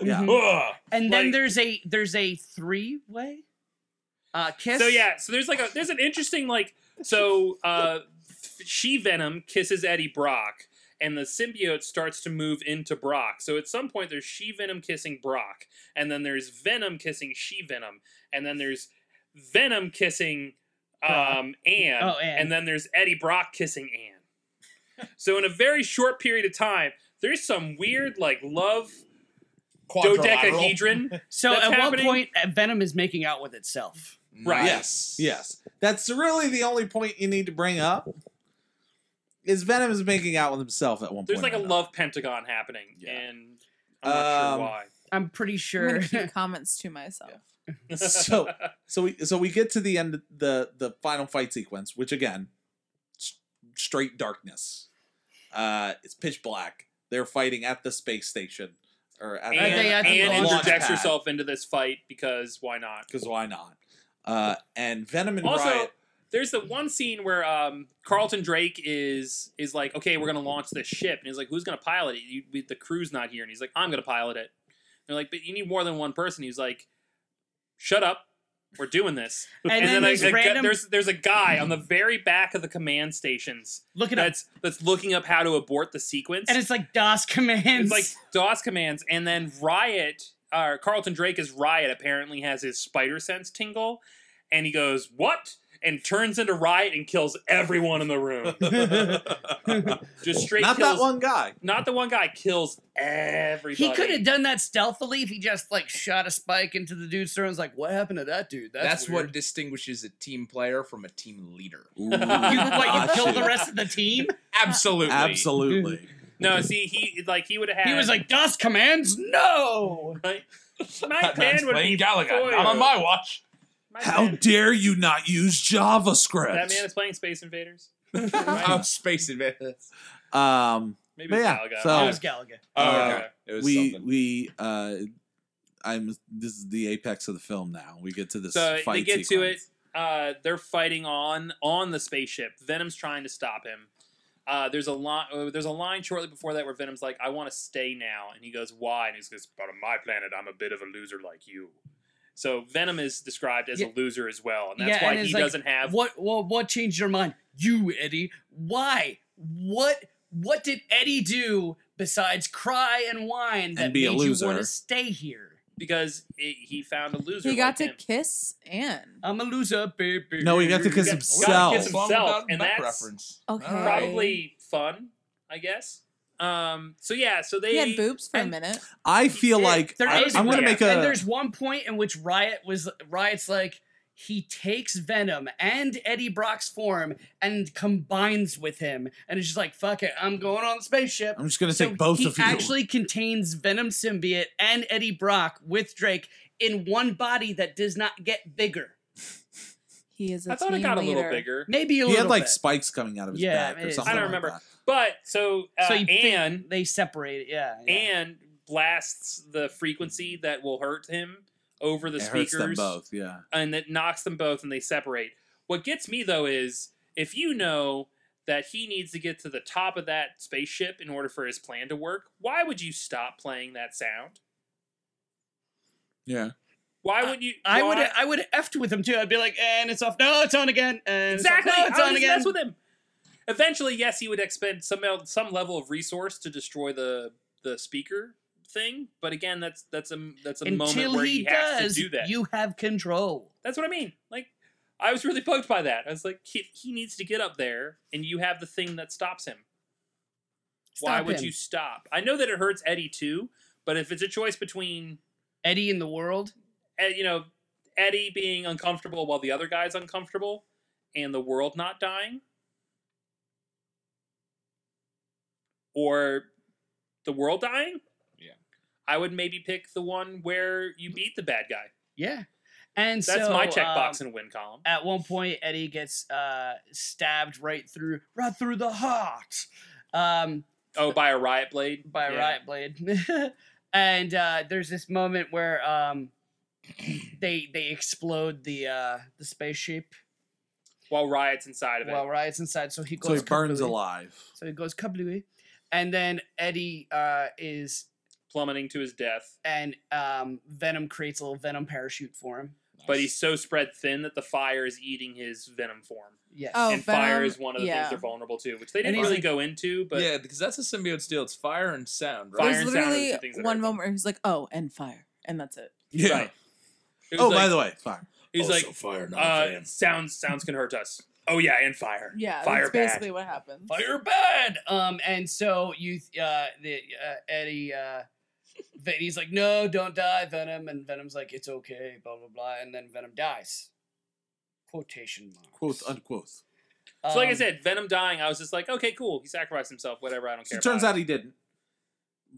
S3: Yeah.
S5: Mm.
S4: Ugh.
S5: and then
S4: like-
S5: there's a there's a three way uh, kiss.
S4: So yeah, so there's like a there's an interesting like so uh she Venom kisses Eddie Brock and the symbiote starts to move into Brock. So at some point there's she Venom kissing Brock and then there's Venom kissing she Venom and then there's Venom kissing um Anne,
S5: Oh, Anne.
S4: and then there's Eddie Brock kissing Anne. so in a very short period of time there's some weird like love
S8: Quadrilateral.
S4: dodecahedron
S5: So
S4: That's
S5: at
S4: happening.
S5: one point, uh, Venom is making out with itself.
S4: Right.
S3: Yes. Yes. That's really the only point you need to bring up. Is Venom is making out with himself at one
S4: There's like
S3: point.
S4: a
S3: or another.
S4: love pentagon happening,
S3: Yeah.
S4: and I'm not
S3: Um,
S4: sure why.
S5: I'm pretty
S7: I'm
S5: sure.
S7: gonna keep comments to myself.
S3: so so we so we get to the end of the the final fight sequence, which again, s- straight darkness. Uh, it's pitch black. They're fighting at the space station or at
S4: and
S5: I think
S4: and
S5: that's the launch
S4: interjects herself into this fight because why not?
S3: because why not? Uh, and Venom and
S4: Also,
S3: Riot.
S4: there's the one scene where um, Carlton Drake is is like, okay, we're gonna launch this ship, and he's like, who's gonna pilot it? You, we- the crew's not here, and he's like, I'm gonna pilot it. And they're like, but you need more than one person. He's like, shut up. We're doing this,
S5: and, then
S4: I-
S5: there's
S4: I got-
S5: random
S4: there's there's a guy on the very back of the command stations
S5: looking at,
S4: that's that's looking up how to abort the sequence,
S5: and it's like DOS commands.
S4: It's like DOS commands, and then Riot, or Carlton Drake is Riot, apparently has his spider sense tingle, and he goes, What? And turns into Riot and kills everyone in the room. Just straight
S3: Not
S4: kills.
S3: that one guy.
S4: Not the one guy, kills everybody.
S5: he could have done that stealthily if he just like shot a spike into the dude's throat. and was like, what happened to that dude? That's,
S8: That's what
S5: weird."
S8: distinguishes a team player from a team leader.
S5: You, what, you
S3: Gotcha.
S5: killed the rest of the team?
S8: Absolutely.
S3: Ah, Absolutely.
S4: No, see, he like he would have had.
S5: He was like, DOS commands, no!
S4: right? My plan would be foiled.
S8: watch.
S4: My
S3: How
S4: plan-
S3: dare you not use JavaScript?
S4: that man is playing Space Invaders.
S8: I'm Space Invaders.
S3: um,
S4: Maybe
S3: But
S4: it's
S3: yeah,
S4: Galaga.
S3: so-
S5: It was Galaga.
S8: Oh,
S3: Uh,
S8: okay. It was
S3: we
S8: something.
S3: we uh, I'm. This is the apex of the film. Now we get to this.
S4: so
S3: fight
S4: they get to
S3: sequence.
S4: it. Uh, they're fighting on on the spaceship. Venom's trying to stop him. Uh, there's a line. Uh, there's a line shortly before that where Venom's like, "I want to stay now," and he goes, "Why?" And he goes, "But on my planet, I'm a bit of a loser like you." So Venom is described as
S5: Yeah.
S4: a loser as well, and
S5: Yeah,
S4: that's
S5: and
S4: why
S5: it's
S4: he
S5: like,
S4: doesn't have.
S5: What, what, what changed your mind? You, Eddie. Why? What, what did Eddie do besides cry and whine that
S3: be a
S5: made you
S3: loser.
S5: want to stay here?
S4: because it, he found a loser.
S7: He got
S4: like
S7: to
S4: him.
S7: kiss Anne.
S5: I'm a loser, baby.
S3: No, he got to kiss
S4: got-
S3: himself.
S4: kiss himself,
S8: Song without
S4: and
S8: Beck
S4: that's
S8: reference.
S5: Oh.
S7: Okay.
S8: All right.
S4: probably fun, I guess. Um. So yeah. So they
S7: He had boobs for a
S4: and-
S7: minute.
S3: I feel like
S5: There
S3: I,
S5: is
S3: am going to
S5: yeah.
S3: make a.
S5: And there's one point in which Riot was Riot's like he takes Venom and Eddie Brock's form and combines with him, and it's just like fuck it, I'm going on the spaceship.
S3: I'm just going to
S5: So
S3: take both
S5: he
S3: of you.
S5: actually contains Venom symbiote and Eddie Brock with Drake in one body that does not get bigger.
S7: He is. I
S4: I thought it got a little bigger.
S5: Maybe
S3: he
S5: a little
S3: had like
S5: bit.
S3: spikes coming out of his
S5: Yeah,
S3: back
S5: it
S3: or
S5: is.
S3: something.
S5: I don't
S3: like
S4: remember.
S3: that.
S4: But so uh,
S5: so you think
S4: Anne
S5: they separate it, yeah. yeah.
S4: Anne blasts the frequency that will hurt him over the
S3: it
S4: speakers,
S3: hurts them both. Yeah.
S4: and that knocks them both, and they separate. What gets me though is if you know that he needs to get to the top of that spaceship in order for his plan to work, why would you stop playing that sound?
S3: Yeah.
S4: Why would you?
S5: I would
S4: why-
S5: I would have effed with him too. I'd be like, and it's off. No, it's on again. And it's off.
S4: Exactly.
S5: No, it's
S4: I would
S5: on
S4: just
S5: again.
S4: mess with him. Eventually, yes, he would expend some el- some level of resource to destroy the the speaker thing. But again, that's that's a that's a moment
S5: Until
S4: where
S5: he,
S4: he, has
S5: does,
S4: to do that.
S5: you have control.
S4: that's what I mean. Like, I was really poked by that. I was like, he, he needs to get up there, and you have the thing that stops him. Why
S5: Stop
S4: would
S5: him.
S4: you stop? I know that it hurts Eddie too, but if it's a choice between
S5: Eddie in the world?
S4: eh, you know Eddie being uncomfortable while the other guy's uncomfortable, and the world not dying, or the world dying.
S8: Yeah.
S4: I would maybe pick the one where you beat the bad guy.
S5: Yeah. And
S4: That's
S5: so,
S4: my
S5: um,
S4: checkbox in win column.
S5: at one point, Eddie gets uh, stabbed right through, right through the heart, um,
S4: Oh, by a riot blade.
S5: by a
S4: Yeah.
S5: riot blade. and uh, there's this moment where um, they they explode the uh, the spaceship
S4: While riot's inside of it.
S5: while Riot's inside, so he
S3: So
S5: goes
S3: he burns
S5: kablooey.
S3: alive.
S5: So he goes kablooey, and then Eddie uh, is
S4: plummeting to his death.
S5: and um, Venom creates a little Venom parachute for him.
S4: But he's so spread thin that the fire is eating his venom form.
S5: Yes.
S7: Oh,
S4: and fire
S7: Venom,
S4: is one of the
S7: yeah.
S4: things they're vulnerable to, which they
S5: And
S4: didn't
S5: he's
S4: really
S5: like-
S4: go into, but
S8: yeah, because that's a symbiote deal. It's fire and sound, right?
S4: Fire
S7: There's
S4: and sound are the
S7: literally
S4: two things that
S7: one
S4: hurt them.
S7: moment where he's like, "Oh, and fire," and that's it.
S3: Yeah.
S4: Right. it was
S3: Oh,
S4: like,
S3: by the way, fire.
S4: he's
S6: also
S4: like
S6: fire, not
S4: uh,
S6: fan.
S4: sounds sounds can hurt us. Oh yeah, and fire.
S7: Yeah,
S4: fire
S7: that's basically
S4: bad.
S7: what happens.
S5: Fire bad. Um, and so you, uh, the uh, Eddie, uh, Ven- he's like, no, don't die, Venom, and Venom's like, it's okay, blah blah blah, and then Venom dies. Quotation marks.
S3: Quote unquote.
S5: Um,
S4: So like I said, Venom dying, I was just like, okay, cool. He sacrificed himself. Whatever, I don't
S3: So
S4: care.
S3: it turns
S4: about
S3: out he didn't.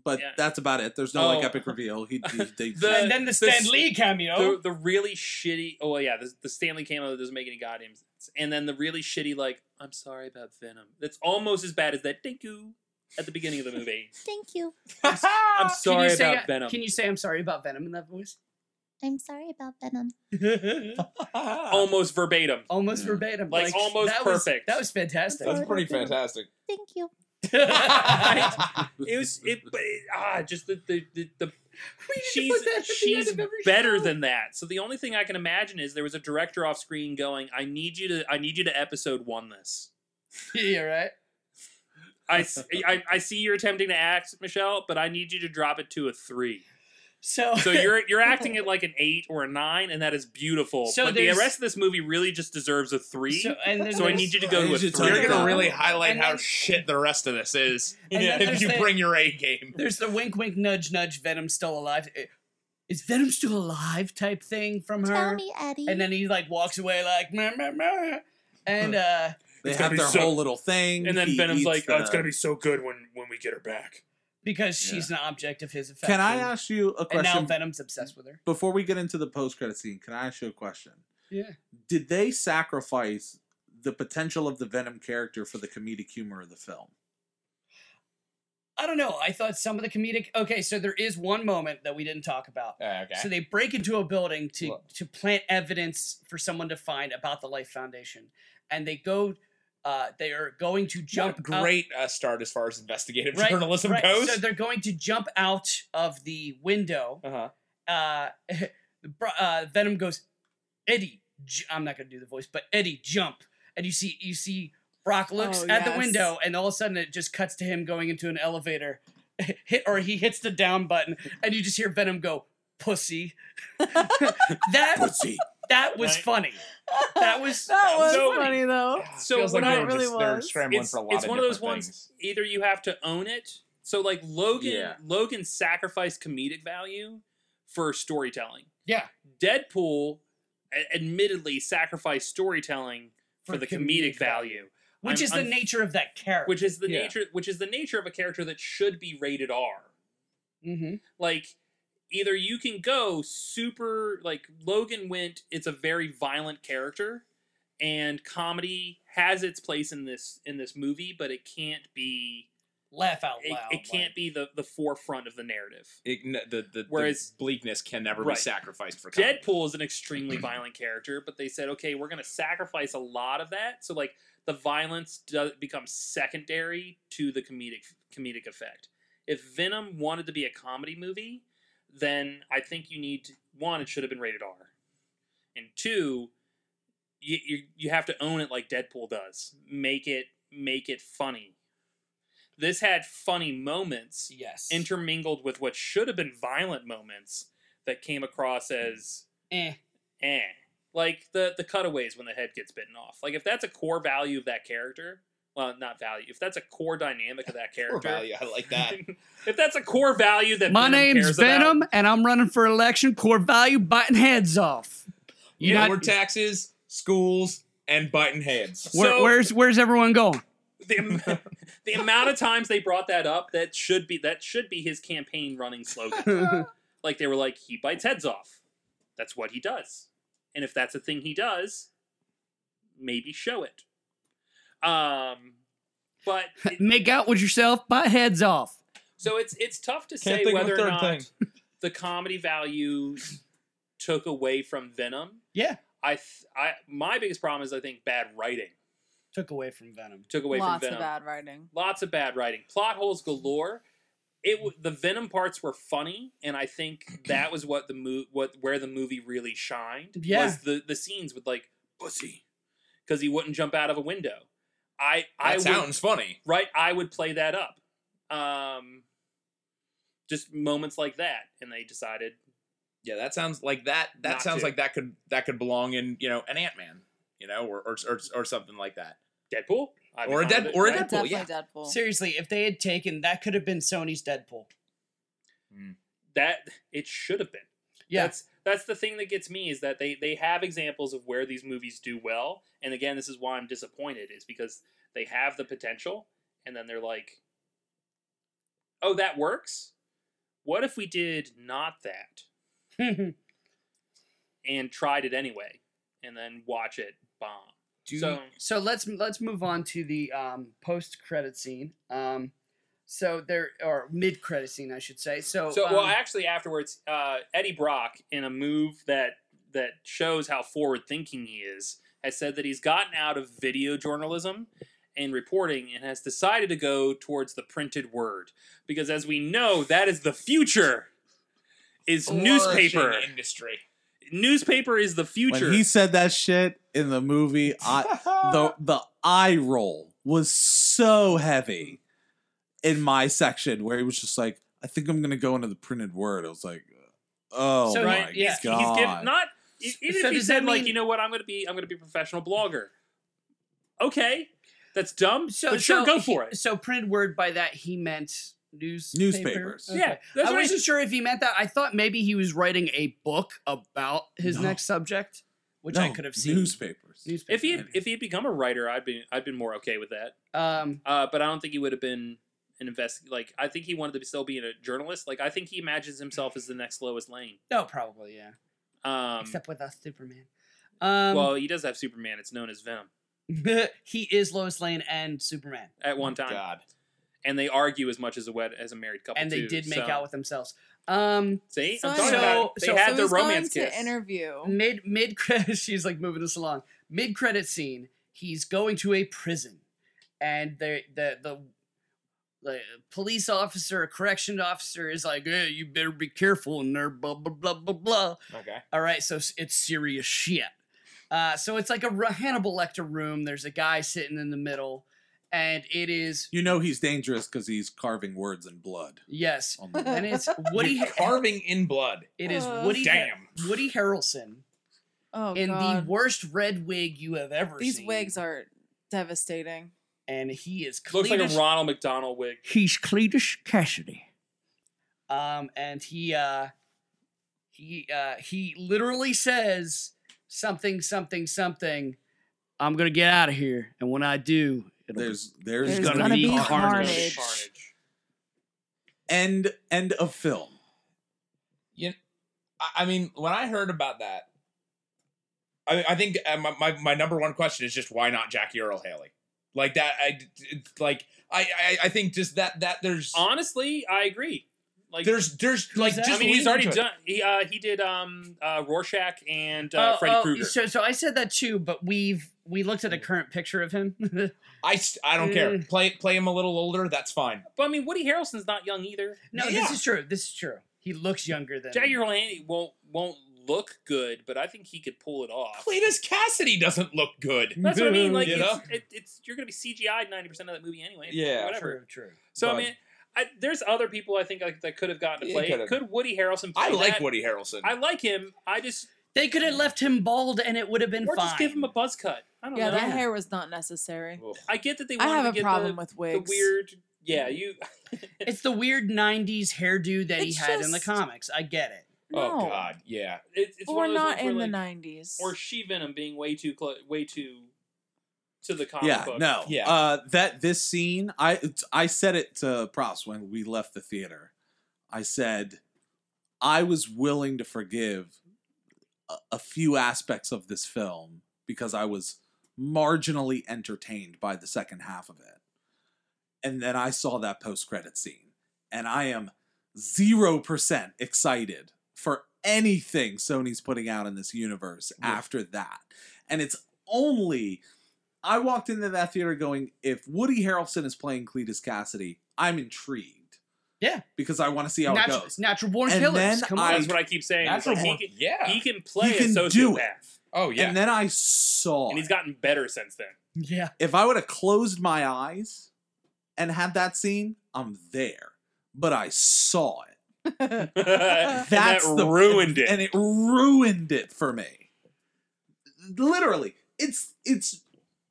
S3: But
S4: Yeah.
S3: that's about it. There's no like
S4: Oh.
S3: epic reveal. He, he they,
S4: The-
S5: and then the
S4: this-
S5: Stan Lee cameo.
S4: the, the really shitty. Oh yeah, the, the Stanley cameo doesn't make any goddamn sense. And then the really shitty, like, I'm sorry about Venom. That's almost as bad as that. Thank you at the beginning of the movie.
S9: Thank you.
S4: I'm
S5: Can you
S4: sorry
S5: say-
S4: about Venom.
S5: Can you say I'm sorry about Venom in that voice?
S9: I'm sorry about Venom.
S4: almost verbatim.
S5: Almost
S3: Yeah.
S5: verbatim.
S4: Like, almost
S5: that
S4: perfect.
S5: Was, that was fantastic.
S8: That's pretty fantastic.
S9: Thank you.
S4: It was it, but it, ah, just the the the, the
S5: We need to
S4: she's
S5: put that at the
S4: she's
S5: end of every
S4: better
S5: show.
S4: than that. So the only thing I can imagine is there was a director off screen going, "I need you to I need you to episode one this."
S5: yeah, right.
S4: I, s- I- I see you're attempting to act, Michelle, but I need you to drop it to a three.
S5: So
S4: So you're you're acting at like an eight or a nine, and that is beautiful.
S5: So
S4: but the
S5: there's-
S4: rest of this movie really just deserves a three.
S5: So,
S4: So,
S5: and then
S4: I
S5: there's-
S4: need you to go to
S3: You
S4: a
S3: should
S4: 3
S3: turn it down.
S8: highlight
S5: And then-
S8: shit the rest of this is
S5: And then there's the-
S8: your A game.
S5: There's the wink, wink, nudge, nudge. Venom still alive. Eh, Is Venom still alive? Type thing from
S9: Tell
S5: her.
S9: me, Eddie.
S5: And then he like walks away like meh, meh, meh. And uh,
S3: they
S4: It's gonna
S3: have
S4: be
S3: their
S4: so-
S3: whole little thing.
S4: And then
S3: He
S4: Venom's
S3: eats
S4: like, "Oh, it's
S3: the-
S4: gonna be so good when when we get her back."
S5: because she's an object of his affection.
S3: Can I ask you a
S5: And now
S3: question
S5: Venom's obsessed with her.
S3: before we get into the post credit scene? Can I ask you a question?
S5: Yeah.
S3: Did they sacrifice the potential of the Venom character for the comedic humor of the film?
S5: I don't know. I thought some of the comedic. Okay, so there is one moment that we didn't talk about.
S8: Okay.
S5: So they break into a building to
S8: Look.
S5: to plant evidence for someone to find about the Life Foundation, and they go. Uh, they are going to jump. out-
S8: Great uh, start as far as investigative
S5: Right,
S8: journalism
S5: right.
S8: goes.
S5: So they're going to jump out of the window.
S8: uh-huh.
S5: Uh, the bro- uh, Venom goes, Eddie. J-. I'm not gonna do the voice, but Eddie, jump! And you see, you see, Brock looks
S7: Oh,
S5: at the
S7: yes.
S5: window, and all of a sudden it just cuts to him going into an elevator, hit or he hits the down button, and you just hear Venom go, "Pussy." that
S3: Pussy.
S5: that was
S4: Right.
S5: funny. That was
S7: that was
S4: so-
S7: funny though.
S4: So
S8: Feels
S4: when
S8: like
S4: I
S8: they were
S7: really
S8: just, they were
S7: was.
S8: scrambling
S4: it's,
S8: for a lot
S4: it's
S8: of
S4: one of those
S8: different
S4: ones either you have to own it So like Logan,
S1: Yeah.
S4: Logan sacrificed comedic value for storytelling.
S5: Yeah.
S4: Deadpool, a- admittedly, sacrificed storytelling for,
S5: For
S4: the comedic,
S5: comedic
S4: value,
S5: which
S4: I'm
S5: is the
S4: unf-
S5: nature of that character.
S4: which is the
S1: Yeah.
S4: nature, which is the nature of a character that should be rated R.
S5: mm-hmm.
S4: Like either you can go super like Logan went. It's a very violent character, and comedy has its place in this in this movie, but it can't be.
S5: laugh out
S4: It,
S5: loud.
S4: it can't
S5: like-
S4: be the the forefront of the narrative.
S8: It, n- the, the,
S4: Whereas-
S8: the bleakness can never
S4: Right.
S8: be sacrificed for comedy.
S4: Deadpool is an extremely violent character, but they said, okay, we're going to sacrifice a lot of that. So like the violence does becomes secondary to the comedic comedic effect. If Venom wanted to be a comedy movie, then I think you need to- one, it should have been rated R, and two, you you, you have to own it like Deadpool does. Make it make it funny. This had funny moments,
S5: Yes.
S4: intermingled with what should have been violent moments that came across as
S5: Eh.
S4: eh. Like the the cutaways when the head gets bitten off. Like if that's a core value of that character, well, not value. If that's a core dynamic of that character,
S8: Core value. I like that.
S4: if that's a core value that
S5: My
S4: Venom
S5: name's
S4: cares
S5: Venom,
S4: about,
S5: and I'm running for election. Core value: biting heads off. You
S8: Lower
S5: not-
S8: taxes, schools, and biting heads.
S5: Where,
S4: So-
S5: where's where's everyone going?
S4: the, am- the amount of times they brought that up, that should be that should be his campaign running slogan. Like they were like, he bites heads off. That's what he does. And if that's a thing he does, maybe show it. Um, but it-
S5: Make out with yourself. Bite heads off.
S4: so it's it's tough to
S8: Can't
S4: say
S8: think of a
S4: whether or
S8: third
S4: not
S8: thing.
S4: the comedy value took away from Venom.
S5: Yeah.
S4: I th- I my biggest problem is I think bad writing
S5: Took away from Venom.
S4: took away
S7: Lots
S4: from
S7: of
S4: Venom.
S7: bad writing.
S4: lots of bad writing, plot holes galore. It w- the Venom parts were funny, and I think that was what the mo- what where the movie really shined
S5: Yeah.
S4: was the the scenes with like pussy because he wouldn't jump out of a window. I
S8: That
S4: I would,
S8: sounds funny.
S4: right. I would play that up. Um, just moments like that, and they decided
S8: Yeah, that sounds like that. That
S4: Not
S8: sounds
S4: to.
S8: like that could that could belong in you know an Ant Man, you know, or, or or or something like that.
S4: Deadpool I'd be
S8: Or a
S4: fine
S8: Dead-
S4: with
S8: or a
S4: right?
S8: Deadpool,
S7: Definitely
S8: yeah.
S7: Deadpool.
S5: Seriously, if they had taken that, could have been Sony's Deadpool.
S4: that it should have been.
S5: Yeah.
S4: That's that's the thing that gets me is that they they have examples of where these movies do well, and again, this is why I'm disappointed is because they have the potential, and then they're like, "Oh, that works. What if we did not that and tried it anyway, and then watch it bomb?" so
S5: so let's let's move on to the um, post credit scene. Um, so there or mid credit scene, I should say. So,
S4: So, well,
S5: um,
S4: actually, afterwards, uh, Eddie Brock, in a move that that shows how forward thinking he is, has said that he's gotten out of video journalism and reporting and has decided to go towards the printed word because, as we know, that is the future. Is newspaper
S8: Flourishing industry.
S4: newspaper is the future.
S3: When he said that shit in the movie, I, the the eye roll was so heavy in my section where he was just like, "I think I'm gonna go into the printed word." I was like, "Oh
S5: So,
S3: my
S5: right, yeah,
S4: he's,
S3: god!"
S4: he's given not e- even
S5: So
S4: if he
S5: does that
S4: said like
S5: mean-
S4: you know what I'm going to be I'm going to be a professional blogger. Okay, that's dumb.
S5: so
S4: but sure,
S5: so
S4: go
S5: he-
S4: for it.
S5: So printed word by that he meant news
S3: Newspapers.
S4: Yeah, that's
S5: I
S4: what he
S5: wasn't sure if he meant that. I thought maybe he was writing a book about his
S3: No.
S5: next subject, which I
S3: No,
S5: could have seen.
S3: newspapers.
S5: Newspaper.
S4: If he had, if he had become a writer, I'd been I'd been more okay with that.
S5: um,
S4: Uh, but I don't think he would have been an invest. Like I think he wanted to still be a journalist. Like I think he imagines himself as the next Lois Lane.
S5: no, probably yeah.
S4: Um,
S5: Except with us, Superman. Um,
S4: well, he does have Superman. It's known as Venom
S5: he is Lois Lane and Superman,
S4: at one time,
S8: Oh God.
S4: and they argue as much as a wed- as a married couple.
S5: and they
S4: too,
S5: did make
S4: so-
S5: out with themselves. Um,
S4: See,
S7: So
S4: I'm talking
S5: anyway-
S4: about it. they
S5: so-
S4: had
S7: so
S4: their
S7: he's
S4: romance
S7: going
S4: kiss.
S7: to interview.
S5: mid mid credit, she's like moving us along. Mid credit scene, he's going to a prison, and the the the the police officer, a correction officer, is like, "Hey, you better be careful in there." Blah blah blah blah blah.
S8: Okay.
S5: All right, so s- it's serious shit. Uh, so it's like a Ra- Hannibal Lecter room. There's a guy sitting in the middle, and it is
S3: You know he's dangerous because he's carving words in blood.
S5: yes,
S3: On the
S5: and it's Woody.
S8: carving in blood.
S5: It is
S7: Uh.
S5: Woody.
S8: Damn.
S5: Woody Harrelson
S7: Oh
S5: in the
S7: god,
S5: worst red wig you have ever
S7: these
S5: seen.
S7: wigs are devastating.
S5: and he is
S4: Looks like a
S5: Cletus-
S4: Ronald McDonald wig.
S10: He's Cletus Cassidy.
S5: um, and he uh, he uh, he literally says something, something, something. I'm gonna get out of here, and when I do, it'll be
S3: There's there's,
S7: There's
S10: gonna
S7: gonna
S10: be
S7: be
S10: carnage.
S7: carnage.
S4: Carnage.
S3: end end of film.
S8: I- I mean, when I heard about that, I, I think uh, my, my my number one question is just why not Jackie Earl Haley? Like that, I it's like I, I I think just that that there's
S4: Honestly, I agree. Like
S8: there's there's like
S5: that?
S8: just
S4: I mean, he's
S8: lean
S4: already
S8: into it.
S4: done. He uh, he did um uh, Rorschach and
S5: Oh,
S4: uh, Freddy Krueger.
S5: So, so I said that too, but we've we looked at a current picture of him.
S8: I st- I don't care.
S5: Mm.
S8: Play play him a little older. That's fine.
S4: but I mean, Woody Harrelson's not young either.
S5: no, this is true. This is true. He looks younger than
S4: Jackie Earl Haley won't won't look good, but I think he could pull it off.
S8: Cletus Cassidy doesn't look good.
S4: That's what I mean. Like
S8: You
S4: it's,
S8: know?
S4: it, it's you're gonna be CGI ninety percent of that movie anyway.
S8: Yeah.
S4: whatever.
S5: True, true.
S4: So I
S8: But-
S4: mean, I, there's other people I think like, that could have gotten to
S8: Yeah,
S4: play.
S8: could've.
S4: Could Woody Harrelson? Play
S8: I like
S4: that?
S8: Woody Harrelson.
S4: I like him. I just
S5: They could have left him bald, and it would have been
S4: or
S5: fine.
S4: just give him a buzz cut. I don't
S7: Yeah,
S4: know.
S7: that hair was not necessary.
S8: Ugh.
S4: I get that they
S7: I
S4: wanted
S7: have
S4: to
S7: a
S4: get
S7: problem
S4: the,
S7: with wigs.
S4: the weird. Yeah, you.
S5: it's the weird '90s hairdo that he
S7: It's
S5: had in the
S7: just-
S5: comics. I get it.
S8: Oh
S7: No.
S8: God, yeah.
S4: It's, it's
S7: Or
S4: one of those
S7: not
S4: ones where,
S7: in the
S4: like,
S7: nineties.
S4: Or she venom being way too close, way too to the comic
S3: Yeah,
S4: book.
S3: no,
S8: Yeah.
S3: Uh, that this scene, I it's- I said it to props when we left the theater. I said I was willing to forgive a, a few aspects of this film because I was marginally entertained by the second half of it, and then I saw that post credit scene, and I am zero percent excited for anything Sony's putting out in this universe after that, and it's only I walked into that theater going, if Woody Harrelson is playing Cletus Cassidy, I'm intrigued.
S5: Yeah.
S3: Because I want to see how
S5: Natural,
S3: it goes.
S5: natural born
S3: And
S5: killers.
S3: then
S5: Come
S3: I-
S5: on.
S4: that's what I keep saying. It's
S8: Natural
S4: like,
S8: born-
S4: he, can,
S8: yeah.
S4: he can play
S3: can
S4: a
S3: do it.
S4: sociopath,
S8: oh yeah.
S3: And then I saw
S4: and he's
S3: it.
S4: gotten better since then.
S5: Yeah.
S3: if I would have closed my eyes and had that scene, I'm there. But I saw it.
S4: And
S3: That's
S4: that
S3: the
S4: ruined it.
S3: And it ruined it for me. Literally. It's it's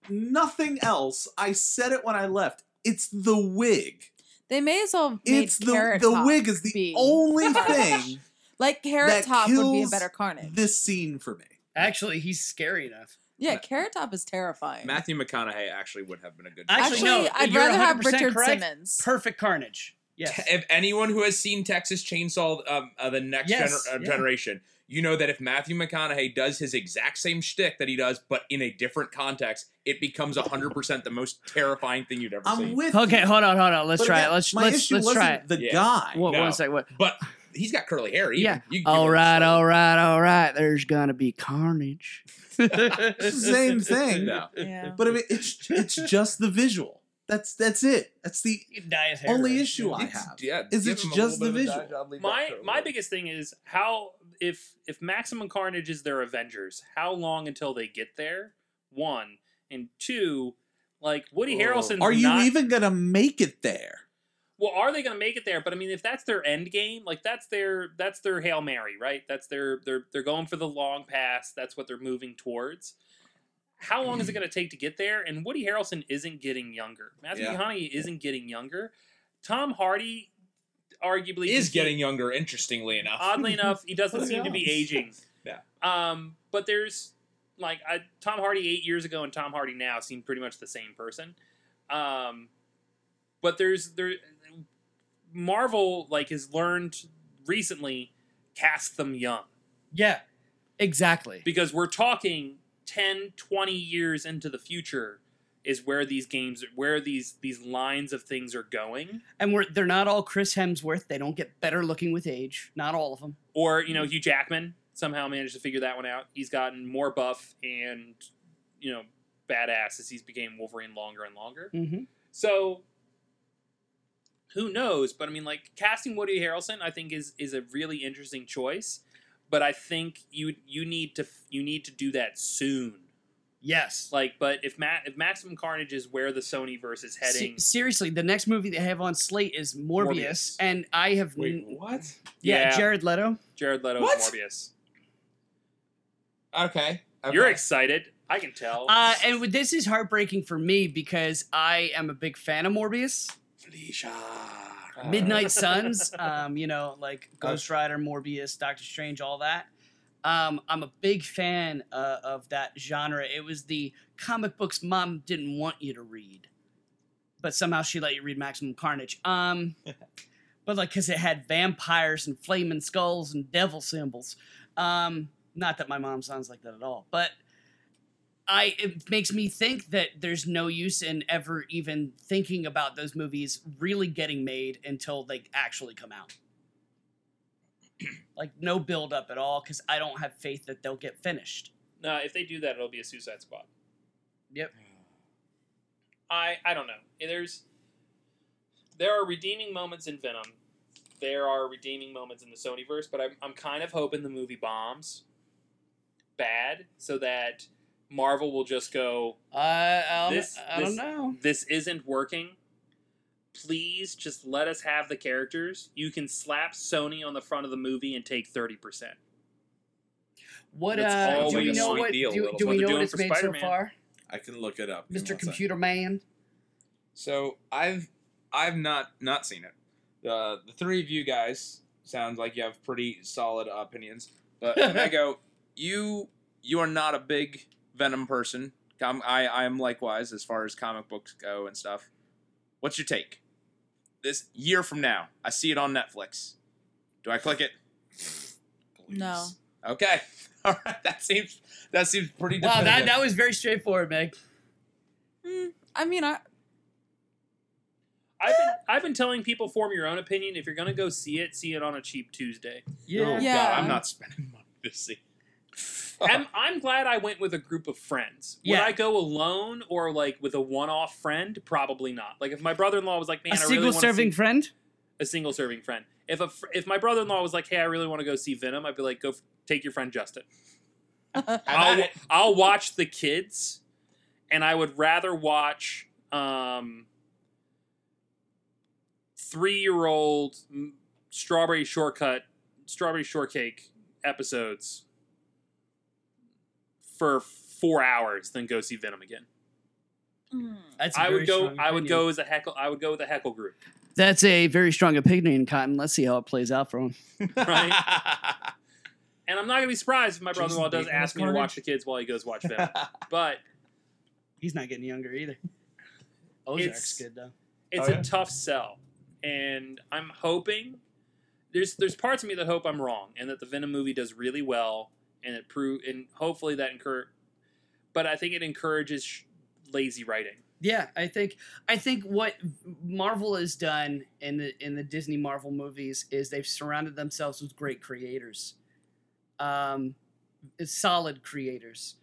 S3: nothing else. I said it when I left. It's the wig.
S7: they may as well have made
S3: It's the
S7: Carrot
S3: the
S7: Top
S3: wig is the
S7: be
S3: only
S7: Carnage.
S3: thing
S7: Like Carrot
S3: that
S7: Top would be a
S3: kills
S7: better Carnage.
S3: this scene for me.
S5: Actually, he's scary enough.
S7: yeah, Carrot Top is terrifying.
S8: Matthew McConaughey actually would have been a good.
S5: Actually,
S7: Actually,
S5: no,
S7: I'd
S5: you're
S7: rather have
S5: 100%
S7: Richard
S5: correct.
S7: Simmons.
S5: Perfect Carnage. Yes.
S8: If anyone who has seen Texas Chainsaw, um, uh, the next
S5: Yes,
S8: gener- uh,
S5: yeah.
S8: generation, you know that if Matthew McConaughey does his exact same shtick that he does, but in a different context, it becomes hundred percent the most terrifying thing you'd ever
S3: I'm
S8: seen.
S3: with
S10: Okay,
S3: you.
S10: hold on, hold on. Let's
S3: But
S10: try
S3: again,
S10: it. Let's
S3: my
S10: let's
S3: issue
S10: let's
S3: wasn't
S10: try it.
S3: The
S8: Yeah.
S3: guy.
S10: Wha-
S8: No.
S10: One second. What?
S8: but he's got curly hair. Even.
S10: Yeah.
S8: You can give
S10: All
S8: him
S10: right,
S8: some.
S10: all right, all right. There's gonna be carnage.
S3: It's the same thing.
S8: No.
S7: yeah.
S3: But I mean, it's it's just the visual. That's that's it. That's the
S5: You can dye his hair
S3: only
S5: red.
S3: issue I
S8: It's-
S3: have.
S8: yeah,
S3: Is
S8: give
S3: it's
S8: him a
S3: just
S8: little
S3: the
S8: bit of
S3: visual.
S8: a dye job, leave
S4: my
S8: that curly
S4: my
S8: hair.
S4: biggest thing is how if if Maximum Carnage is their Avengers, how long until they get there? One and two, like Woody
S8: Whoa.
S4: Harrelson's
S3: Are you
S4: not-
S3: even gonna make it there?
S4: Well, are they going to make it there? But I mean, if that's their end game, like that's their that's their hail mary, right? That's their they're they're going for the long pass. That's what they're moving towards. How long is it going to take to get there? And Woody Harrelson isn't getting younger. Matthew
S3: Yeah.
S4: McConaughey isn't getting younger. Tom Hardy, arguably,
S8: is
S4: he-
S8: getting younger. Interestingly enough,
S4: oddly enough he doesn't
S3: What
S4: seem to be
S3: else?
S4: aging.
S8: Yeah.
S4: Um, but there's like I, Tom Hardy eight years ago and Tom Hardy now seem pretty much the same person. Um, but there's there Marvel like has learned recently cast them young
S5: Yeah. Exactly.
S4: because we're talking 10 20 years into the future is where these games where these these lines of things are going
S5: And we're they're not all Chris Hemsworth. They don't get better looking with age. Not all of them.
S4: or you know Hugh Jackman somehow managed to figure that one out. He's gotten more buff and you know badass as he's became Wolverine longer and longer.
S5: Mm-hmm.
S4: So who knows? But I mean, like casting Woody Harrelson, I think is is a really interesting choice. But I think you you need to you need to do that soon.
S5: Yes.
S4: Like, but if Matt if Maximum Carnage is where the Sony verse is
S5: Se-
S4: heading,
S5: seriously, the next movie they have on slate is Morbius,
S4: Morbius.
S5: and I have
S8: Wait,
S5: n-
S8: what?
S5: yeah,
S4: Yeah.
S5: Jared Leto.
S4: Jared Leto's
S8: What?
S4: Morbius.
S8: Okay. okay.
S4: You're excited. I can tell.
S5: Uh, and with- this is heartbreaking for me because I am a big fan of Morbius,
S8: Felicia. Uh,
S5: Midnight Suns, um, you know, like Ghost Rider, Morbius, Doctor Strange, all that. Um, I'm a big fan uh, of that genre. It was the comic books mom didn't want you to read, but somehow she let you read Maximum Carnage. Um, but like, because it had vampires and flaming skulls and devil symbols. Um, not that my mom sounds like that at all, but I it makes me think that there's no use in ever even thinking about those movies really getting made until they actually come out. like no build up at all cuz I don't have faith that they'll get finished.
S4: no, if they do that, it'll be a Suicide Squad.
S5: Yep.
S4: I I don't know. There's there are redeeming moments in Venom. There are redeeming moments in the Sonyverse, but I'm I'm kind of hoping the movie bombs bad so that Marvel will just go.
S5: I I don't-
S4: This-
S5: Um, I don't
S4: this-
S5: know.
S4: This isn't working. Please just let us have the characters. You can slap Sony on the front of the movie and take thirty percent.
S5: What
S4: that's
S5: uh,
S4: all
S5: do
S4: we
S5: we
S4: can
S5: know
S4: sweet
S5: what
S8: deal,
S5: do,
S8: that's
S5: do
S4: what
S5: we
S4: they're
S5: know what
S4: doing
S5: it's
S4: for
S5: made
S4: Spider-Man.
S5: so far?
S1: I can look it up. Give me
S5: Mr.
S1: one sec.
S5: Computer Man.
S8: So I've I've not not seen it. The the three of you guys sounds like you have pretty solid opinions. But Mego, you you are not a big Venom person. I'm, I I am likewise as far as comic books go and stuff. What's your take? This year from now, I see it on Netflix. Do I click it?
S7: No.
S8: Okay. All right. That seems that seems pretty.
S5: Wow, that,
S8: definitive.
S5: that was very straightforward, Meg.
S7: Mm, I mean, I,
S4: I've been I've been telling people form your own opinion. If you're gonna go see it, see it on a cheap Tuesday.
S8: Oh,
S7: Yeah.
S8: God, I'm not spending money to see.
S4: I'm I'm glad I went with a group of friends. Would
S5: Yeah.
S4: I go alone or like with a one-off friend? Probably not. Like if my brother-in-law was like, "Man,
S5: a
S4: I
S5: single
S4: really want to
S5: serving
S4: see
S5: friend?
S4: a single serving friend." If a fr- if my brother-in-law was like, "Hey, I really want to go see Venom," I'd be like, "Go f- take your friend Justin.
S7: uh,
S8: I've had
S4: I'll
S8: it.
S4: I'll watch the kids, and I would rather watch um three-year-old mm, strawberry shortcut strawberry shortcake episodes for four hours than go see Venom again.
S7: mm,
S5: That's a
S4: I
S5: very
S4: would go.
S5: strong
S4: I would
S5: opinion.
S4: go as a heckle. I would go with a heckle group.
S5: That's a very strong opinion, Cotton. Let's see how it plays out for him.
S4: Right? And I'm not gonna be surprised if my brother-in-law does
S8: Jason Bateman
S4: ask me
S8: was
S4: to watch the kids while he goes watch Venom. but
S5: He's not getting younger either.
S4: Ozark's
S5: Ozark's good though.
S4: it's
S8: Oh, yeah?
S4: a tough sell, and I'm hoping there's there's parts of me that hope I'm wrong and that the Venom movie does really well and it prove and hopefully that encourage. But I think it encourages sh- lazy writing.
S5: Yeah, I think I think what Marvel has done in the in the Disney Marvel movies is they've surrounded themselves with great creators, um, solid creators,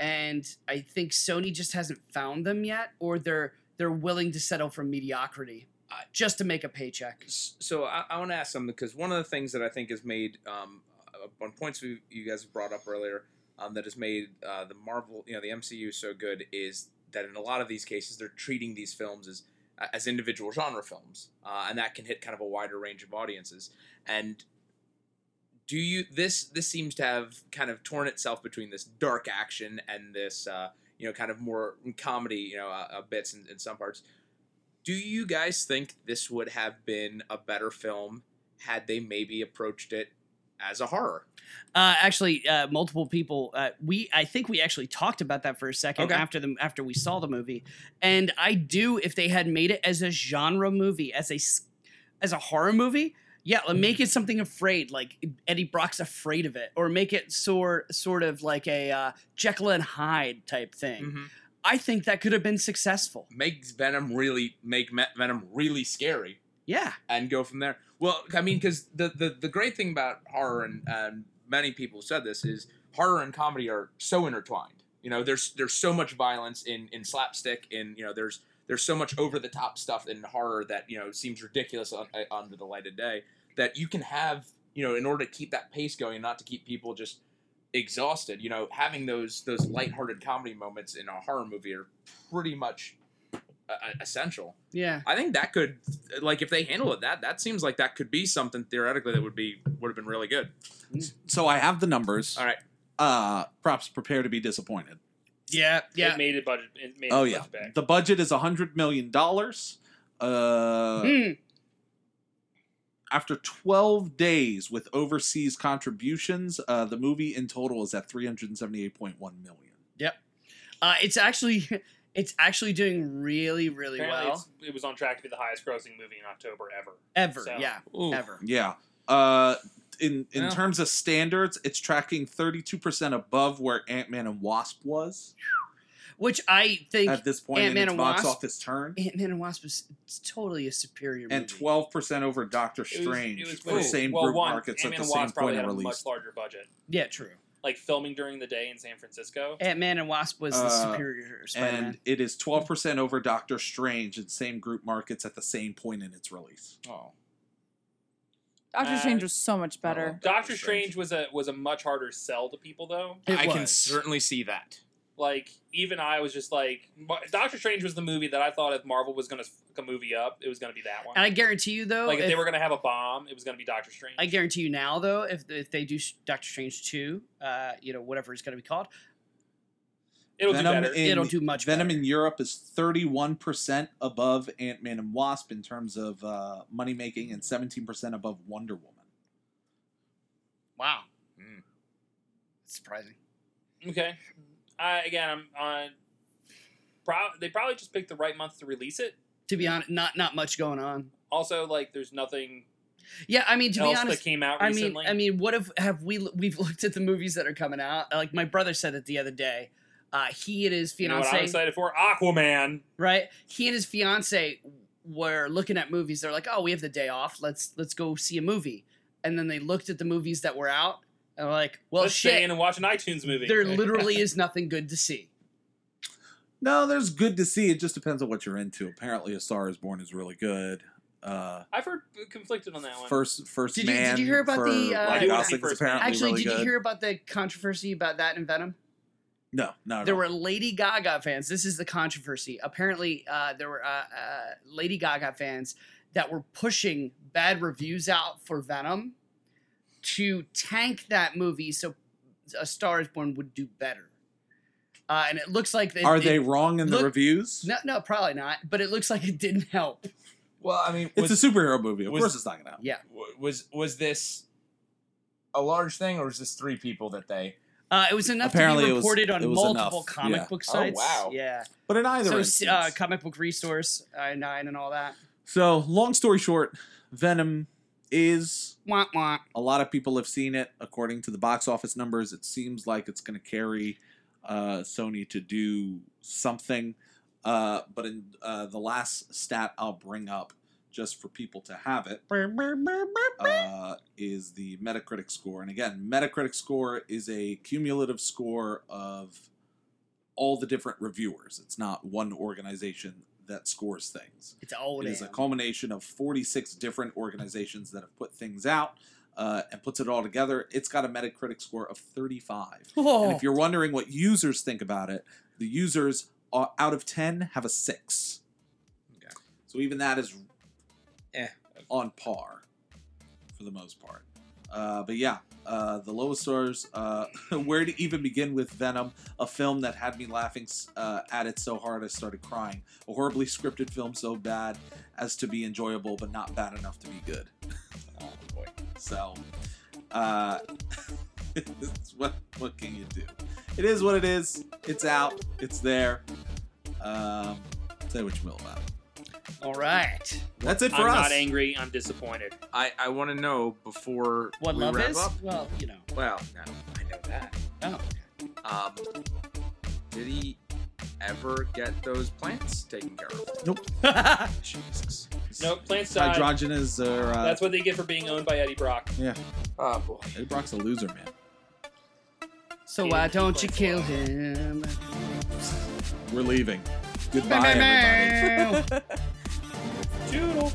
S5: and I think Sony just hasn't found them yet, or they're they're willing to settle for mediocrity uh, just to make a paycheck.
S8: S- so I, I want to ask something because one of the things that I think has made um, uh, on points we, you guys brought up earlier um, that has made uh, the Marvel, you know, the MCU so good is that in a lot of these cases they're treating these films as uh, as individual genre films, uh, and that can hit kind of a wider range of audiences. And do you this this seems to have kind of torn itself between this dark action and this uh, you know kind of more comedy you know uh, uh, bits in, in some parts. Do you guys think this would have been a better film had they maybe approached it as a horror?
S5: Uh, actually, uh, multiple people. Uh, we I think we actually talked about that for a second
S8: Okay.
S5: after the after we saw the movie, and I do if they had made it as a genre movie, as a s- as a horror movie. Yeah, like make it something afraid, like Eddie Brock's afraid of it, or make it sort sort of like a uh, Jekyll and Hyde type thing.
S8: Mm-hmm.
S5: I think that could have been successful.
S8: Makes Venom really make Me- Venom really scary.
S5: Yeah,
S8: and go from there. Well, I mean, because the, the the great thing about horror and, and many people said this is horror and comedy are so intertwined. You know, there's there's so much violence in in slapstick, in you know, there's there's so much over the top stuff in horror that you know seems ridiculous on, uh, under the light of day that you can have you know in order to keep that pace going, and not to keep people just exhausted. You know, having those those lighthearted comedy moments in a horror movie are pretty much uh, uh, essential.
S5: yeah.
S8: I think that could, like, if they handle it, that that seems like that could be something theoretically that would be would have been really good.
S3: So I have the numbers.
S8: All right.
S3: Uh, props prepare to be disappointed.
S5: Yeah, yeah.
S4: It made a budget. It made
S3: oh
S4: a
S3: yeah,
S4: budget back.
S3: the budget is a hundred million dollars. Uh,
S5: Hmm.
S3: After twelve days with overseas contributions, uh, the movie in total is at three hundred seventy-eight point one million.
S5: Uh, it's actually it's actually doing really really
S4: Apparently,
S5: well.
S4: it's it was on track to be the highest grossing movie in October ever.
S5: Ever,
S4: so-
S5: yeah,
S8: Ooh.
S5: ever.
S3: Yeah. Uh, in in
S8: Yeah.
S3: terms of standards, it's tracking thirty-two percent above where Ant Man and Wasp was
S5: Which I think
S3: at this point
S5: Ant-Man
S3: in its
S5: and
S3: box
S5: Wasp-
S3: office turn,
S5: Ant Man and Wasp is it's totally a superior movie.
S3: and twelve percent over Doctor
S4: It was-
S3: Strange
S4: it was
S3: for
S4: weird.
S3: same
S4: well,
S3: group
S4: one,
S3: markets
S4: Ant-Man
S3: at the
S4: and Wasp
S3: same
S4: probably
S3: point of
S4: had a
S3: release.
S4: much larger budget.
S5: Yeah, true.
S4: Like filming during the day in San Francisco.
S5: Ant Man and Wasp was the
S3: Uh,
S5: superior Spider Man.
S3: and it is 12% over Doctor Strange in same group markets at the same point in its release.
S8: Oh,
S7: Doctor
S4: Uh,
S7: Strange was so much better.
S4: Doctor Strange was a was a much harder sell to people though.
S5: It
S8: I can
S5: was.
S8: certainly see that.
S4: Like even I was just like Mar- Doctor Strange was the movie that I thought if Marvel was going to fuck a movie up, it was going to be that one.
S5: And I guarantee you though,
S4: like if, they
S5: if-
S4: were going to have a bomb, it was going to be Doctor Strange.
S5: I guarantee you now though, if if they do s- Doctor Strange two, uh, you know whatever it's going to be called,
S4: It'll do
S3: Venom
S4: better.
S3: in-
S5: it'll do much
S3: Venom
S5: better.
S3: in Europe is 31% above Ant Man and Wasp in terms of uh, money making and 17% above Wonder Woman.
S5: wow,
S8: Mm.
S5: surprising.
S4: okay. I again I'm on. Pro- they probably just picked the right month to release it.
S5: To be honest, not not much going on.
S4: Also, like there's nothing
S5: Yeah, I mean to
S4: else
S5: be honest,
S4: that came out
S5: I mean,
S4: recently.
S5: I mean, what if have we we've looked at the movies that are coming out? Like my brother said it the other day. Uh, he and his
S4: you know what I'm
S5: fiance,
S4: excited for? Aquaman.
S5: right? He and his fiance were looking at movies. They're like, "Oh, we have the day off. Let's let's go see a movie." And then they looked at the movivies that were out and were like, "Well,
S4: Let's stay in
S5: shit.
S4: and watch an iTunes movie.
S5: There literally is nothing good to see."
S3: No, there's good to see. It just depends on what you're into. Apparently, A Star is Born is really good. Uh,
S4: I've heard conflicted on that one.
S3: first, first
S5: Did you- did
S3: man.
S5: you hear about
S3: for
S5: the, uh,
S3: Ryan
S4: I do wanna see
S3: Gosling is
S4: First Man.
S3: apparently
S5: Actually,
S3: really
S5: did
S3: good.
S5: you hear about the controversy about that in Venom?
S3: No, no,
S5: There were Lady Gaga fans. This is the controversy. Apparently, uh, there were uh, uh, Lady Gaga fans that were pushing bad reviews out for Venom to tank that movie so A Star Is Born would do better. Uh, and it looks like they
S3: Are
S5: it-
S3: they wrong in the
S5: look-
S3: reviews?
S5: No, no, probably not. But it looks like it didn't help.
S8: Well, I mean,
S3: it's a superhero movie. Of
S8: was-
S3: course, it's not gonna. Happen.
S8: w- was was this a large thing or was this three people that they
S5: Uh, it was enough
S3: Apparently
S5: to
S3: it
S5: be
S3: was-
S5: reported on
S3: it was
S5: multiple
S3: enough,
S5: comic
S3: yeah.
S5: book
S8: Oh,
S5: sites.
S8: wow.
S5: Yeah.
S3: But in either instance,
S5: so uh, comic book resource uh, nine and all that.
S3: So, long story short, Venom is
S5: Womp womp.
S3: a lot of people have seen it. According to the box office numbers, it seems like it's going to carry uh, Sony to do something. Uh, but in uh, the last stat I'll bring up, just for people to have it, uh, is the Metacritic score. And again, Metacritic score is a cumulative score of all the different reviewers. It's not one organization that scores things.
S5: It's old.
S3: It is a
S5: ad.
S3: culmination of 46 different organizations that have put things out uh, and puts it all together. It's got a Metacritic score of 35. And
S5: Oh,
S3: if you're wondering what users think about it, the users are, out of 10 have a 6.
S8: Okay.
S3: So even that is
S8: Eh.
S3: on par for the most part. Uh, but yeah, uh, the lowest stars. Uh, where to even begin with Venom, a film that had me laughing uh, at it so hard I started crying. A horribly scripted film so bad as to be enjoyable, but not bad enough to be good. Oh boy. So, uh, it's what what can you do? It is what it is. It's out. It's there. Um, say what you will about it.
S5: All right.
S3: That's it for
S4: I'm
S3: us.
S4: not angry. I'm disappointed.
S8: I, I want to know before
S5: What
S8: we
S5: love
S8: wrap
S5: is?
S8: up.
S5: Well, you know.
S8: Well, no, I know that.
S5: Oh.
S8: Um, did he ever get those plants taken care of? Jesus.
S4: Nope, plants died.
S3: Hydrogenas are. Uh,
S4: That's what they get for being owned by Eddie Brock.
S8: Oh boy.
S3: Eddie Brock's a loser, man.
S5: so
S4: Kill
S5: why
S4: people
S5: don't you
S4: for
S5: kill
S4: love.
S5: him?
S3: We're leaving.
S5: Bam,
S3: Goodbye,
S5: bam,
S3: everybody.
S5: bam.
S4: Toodle.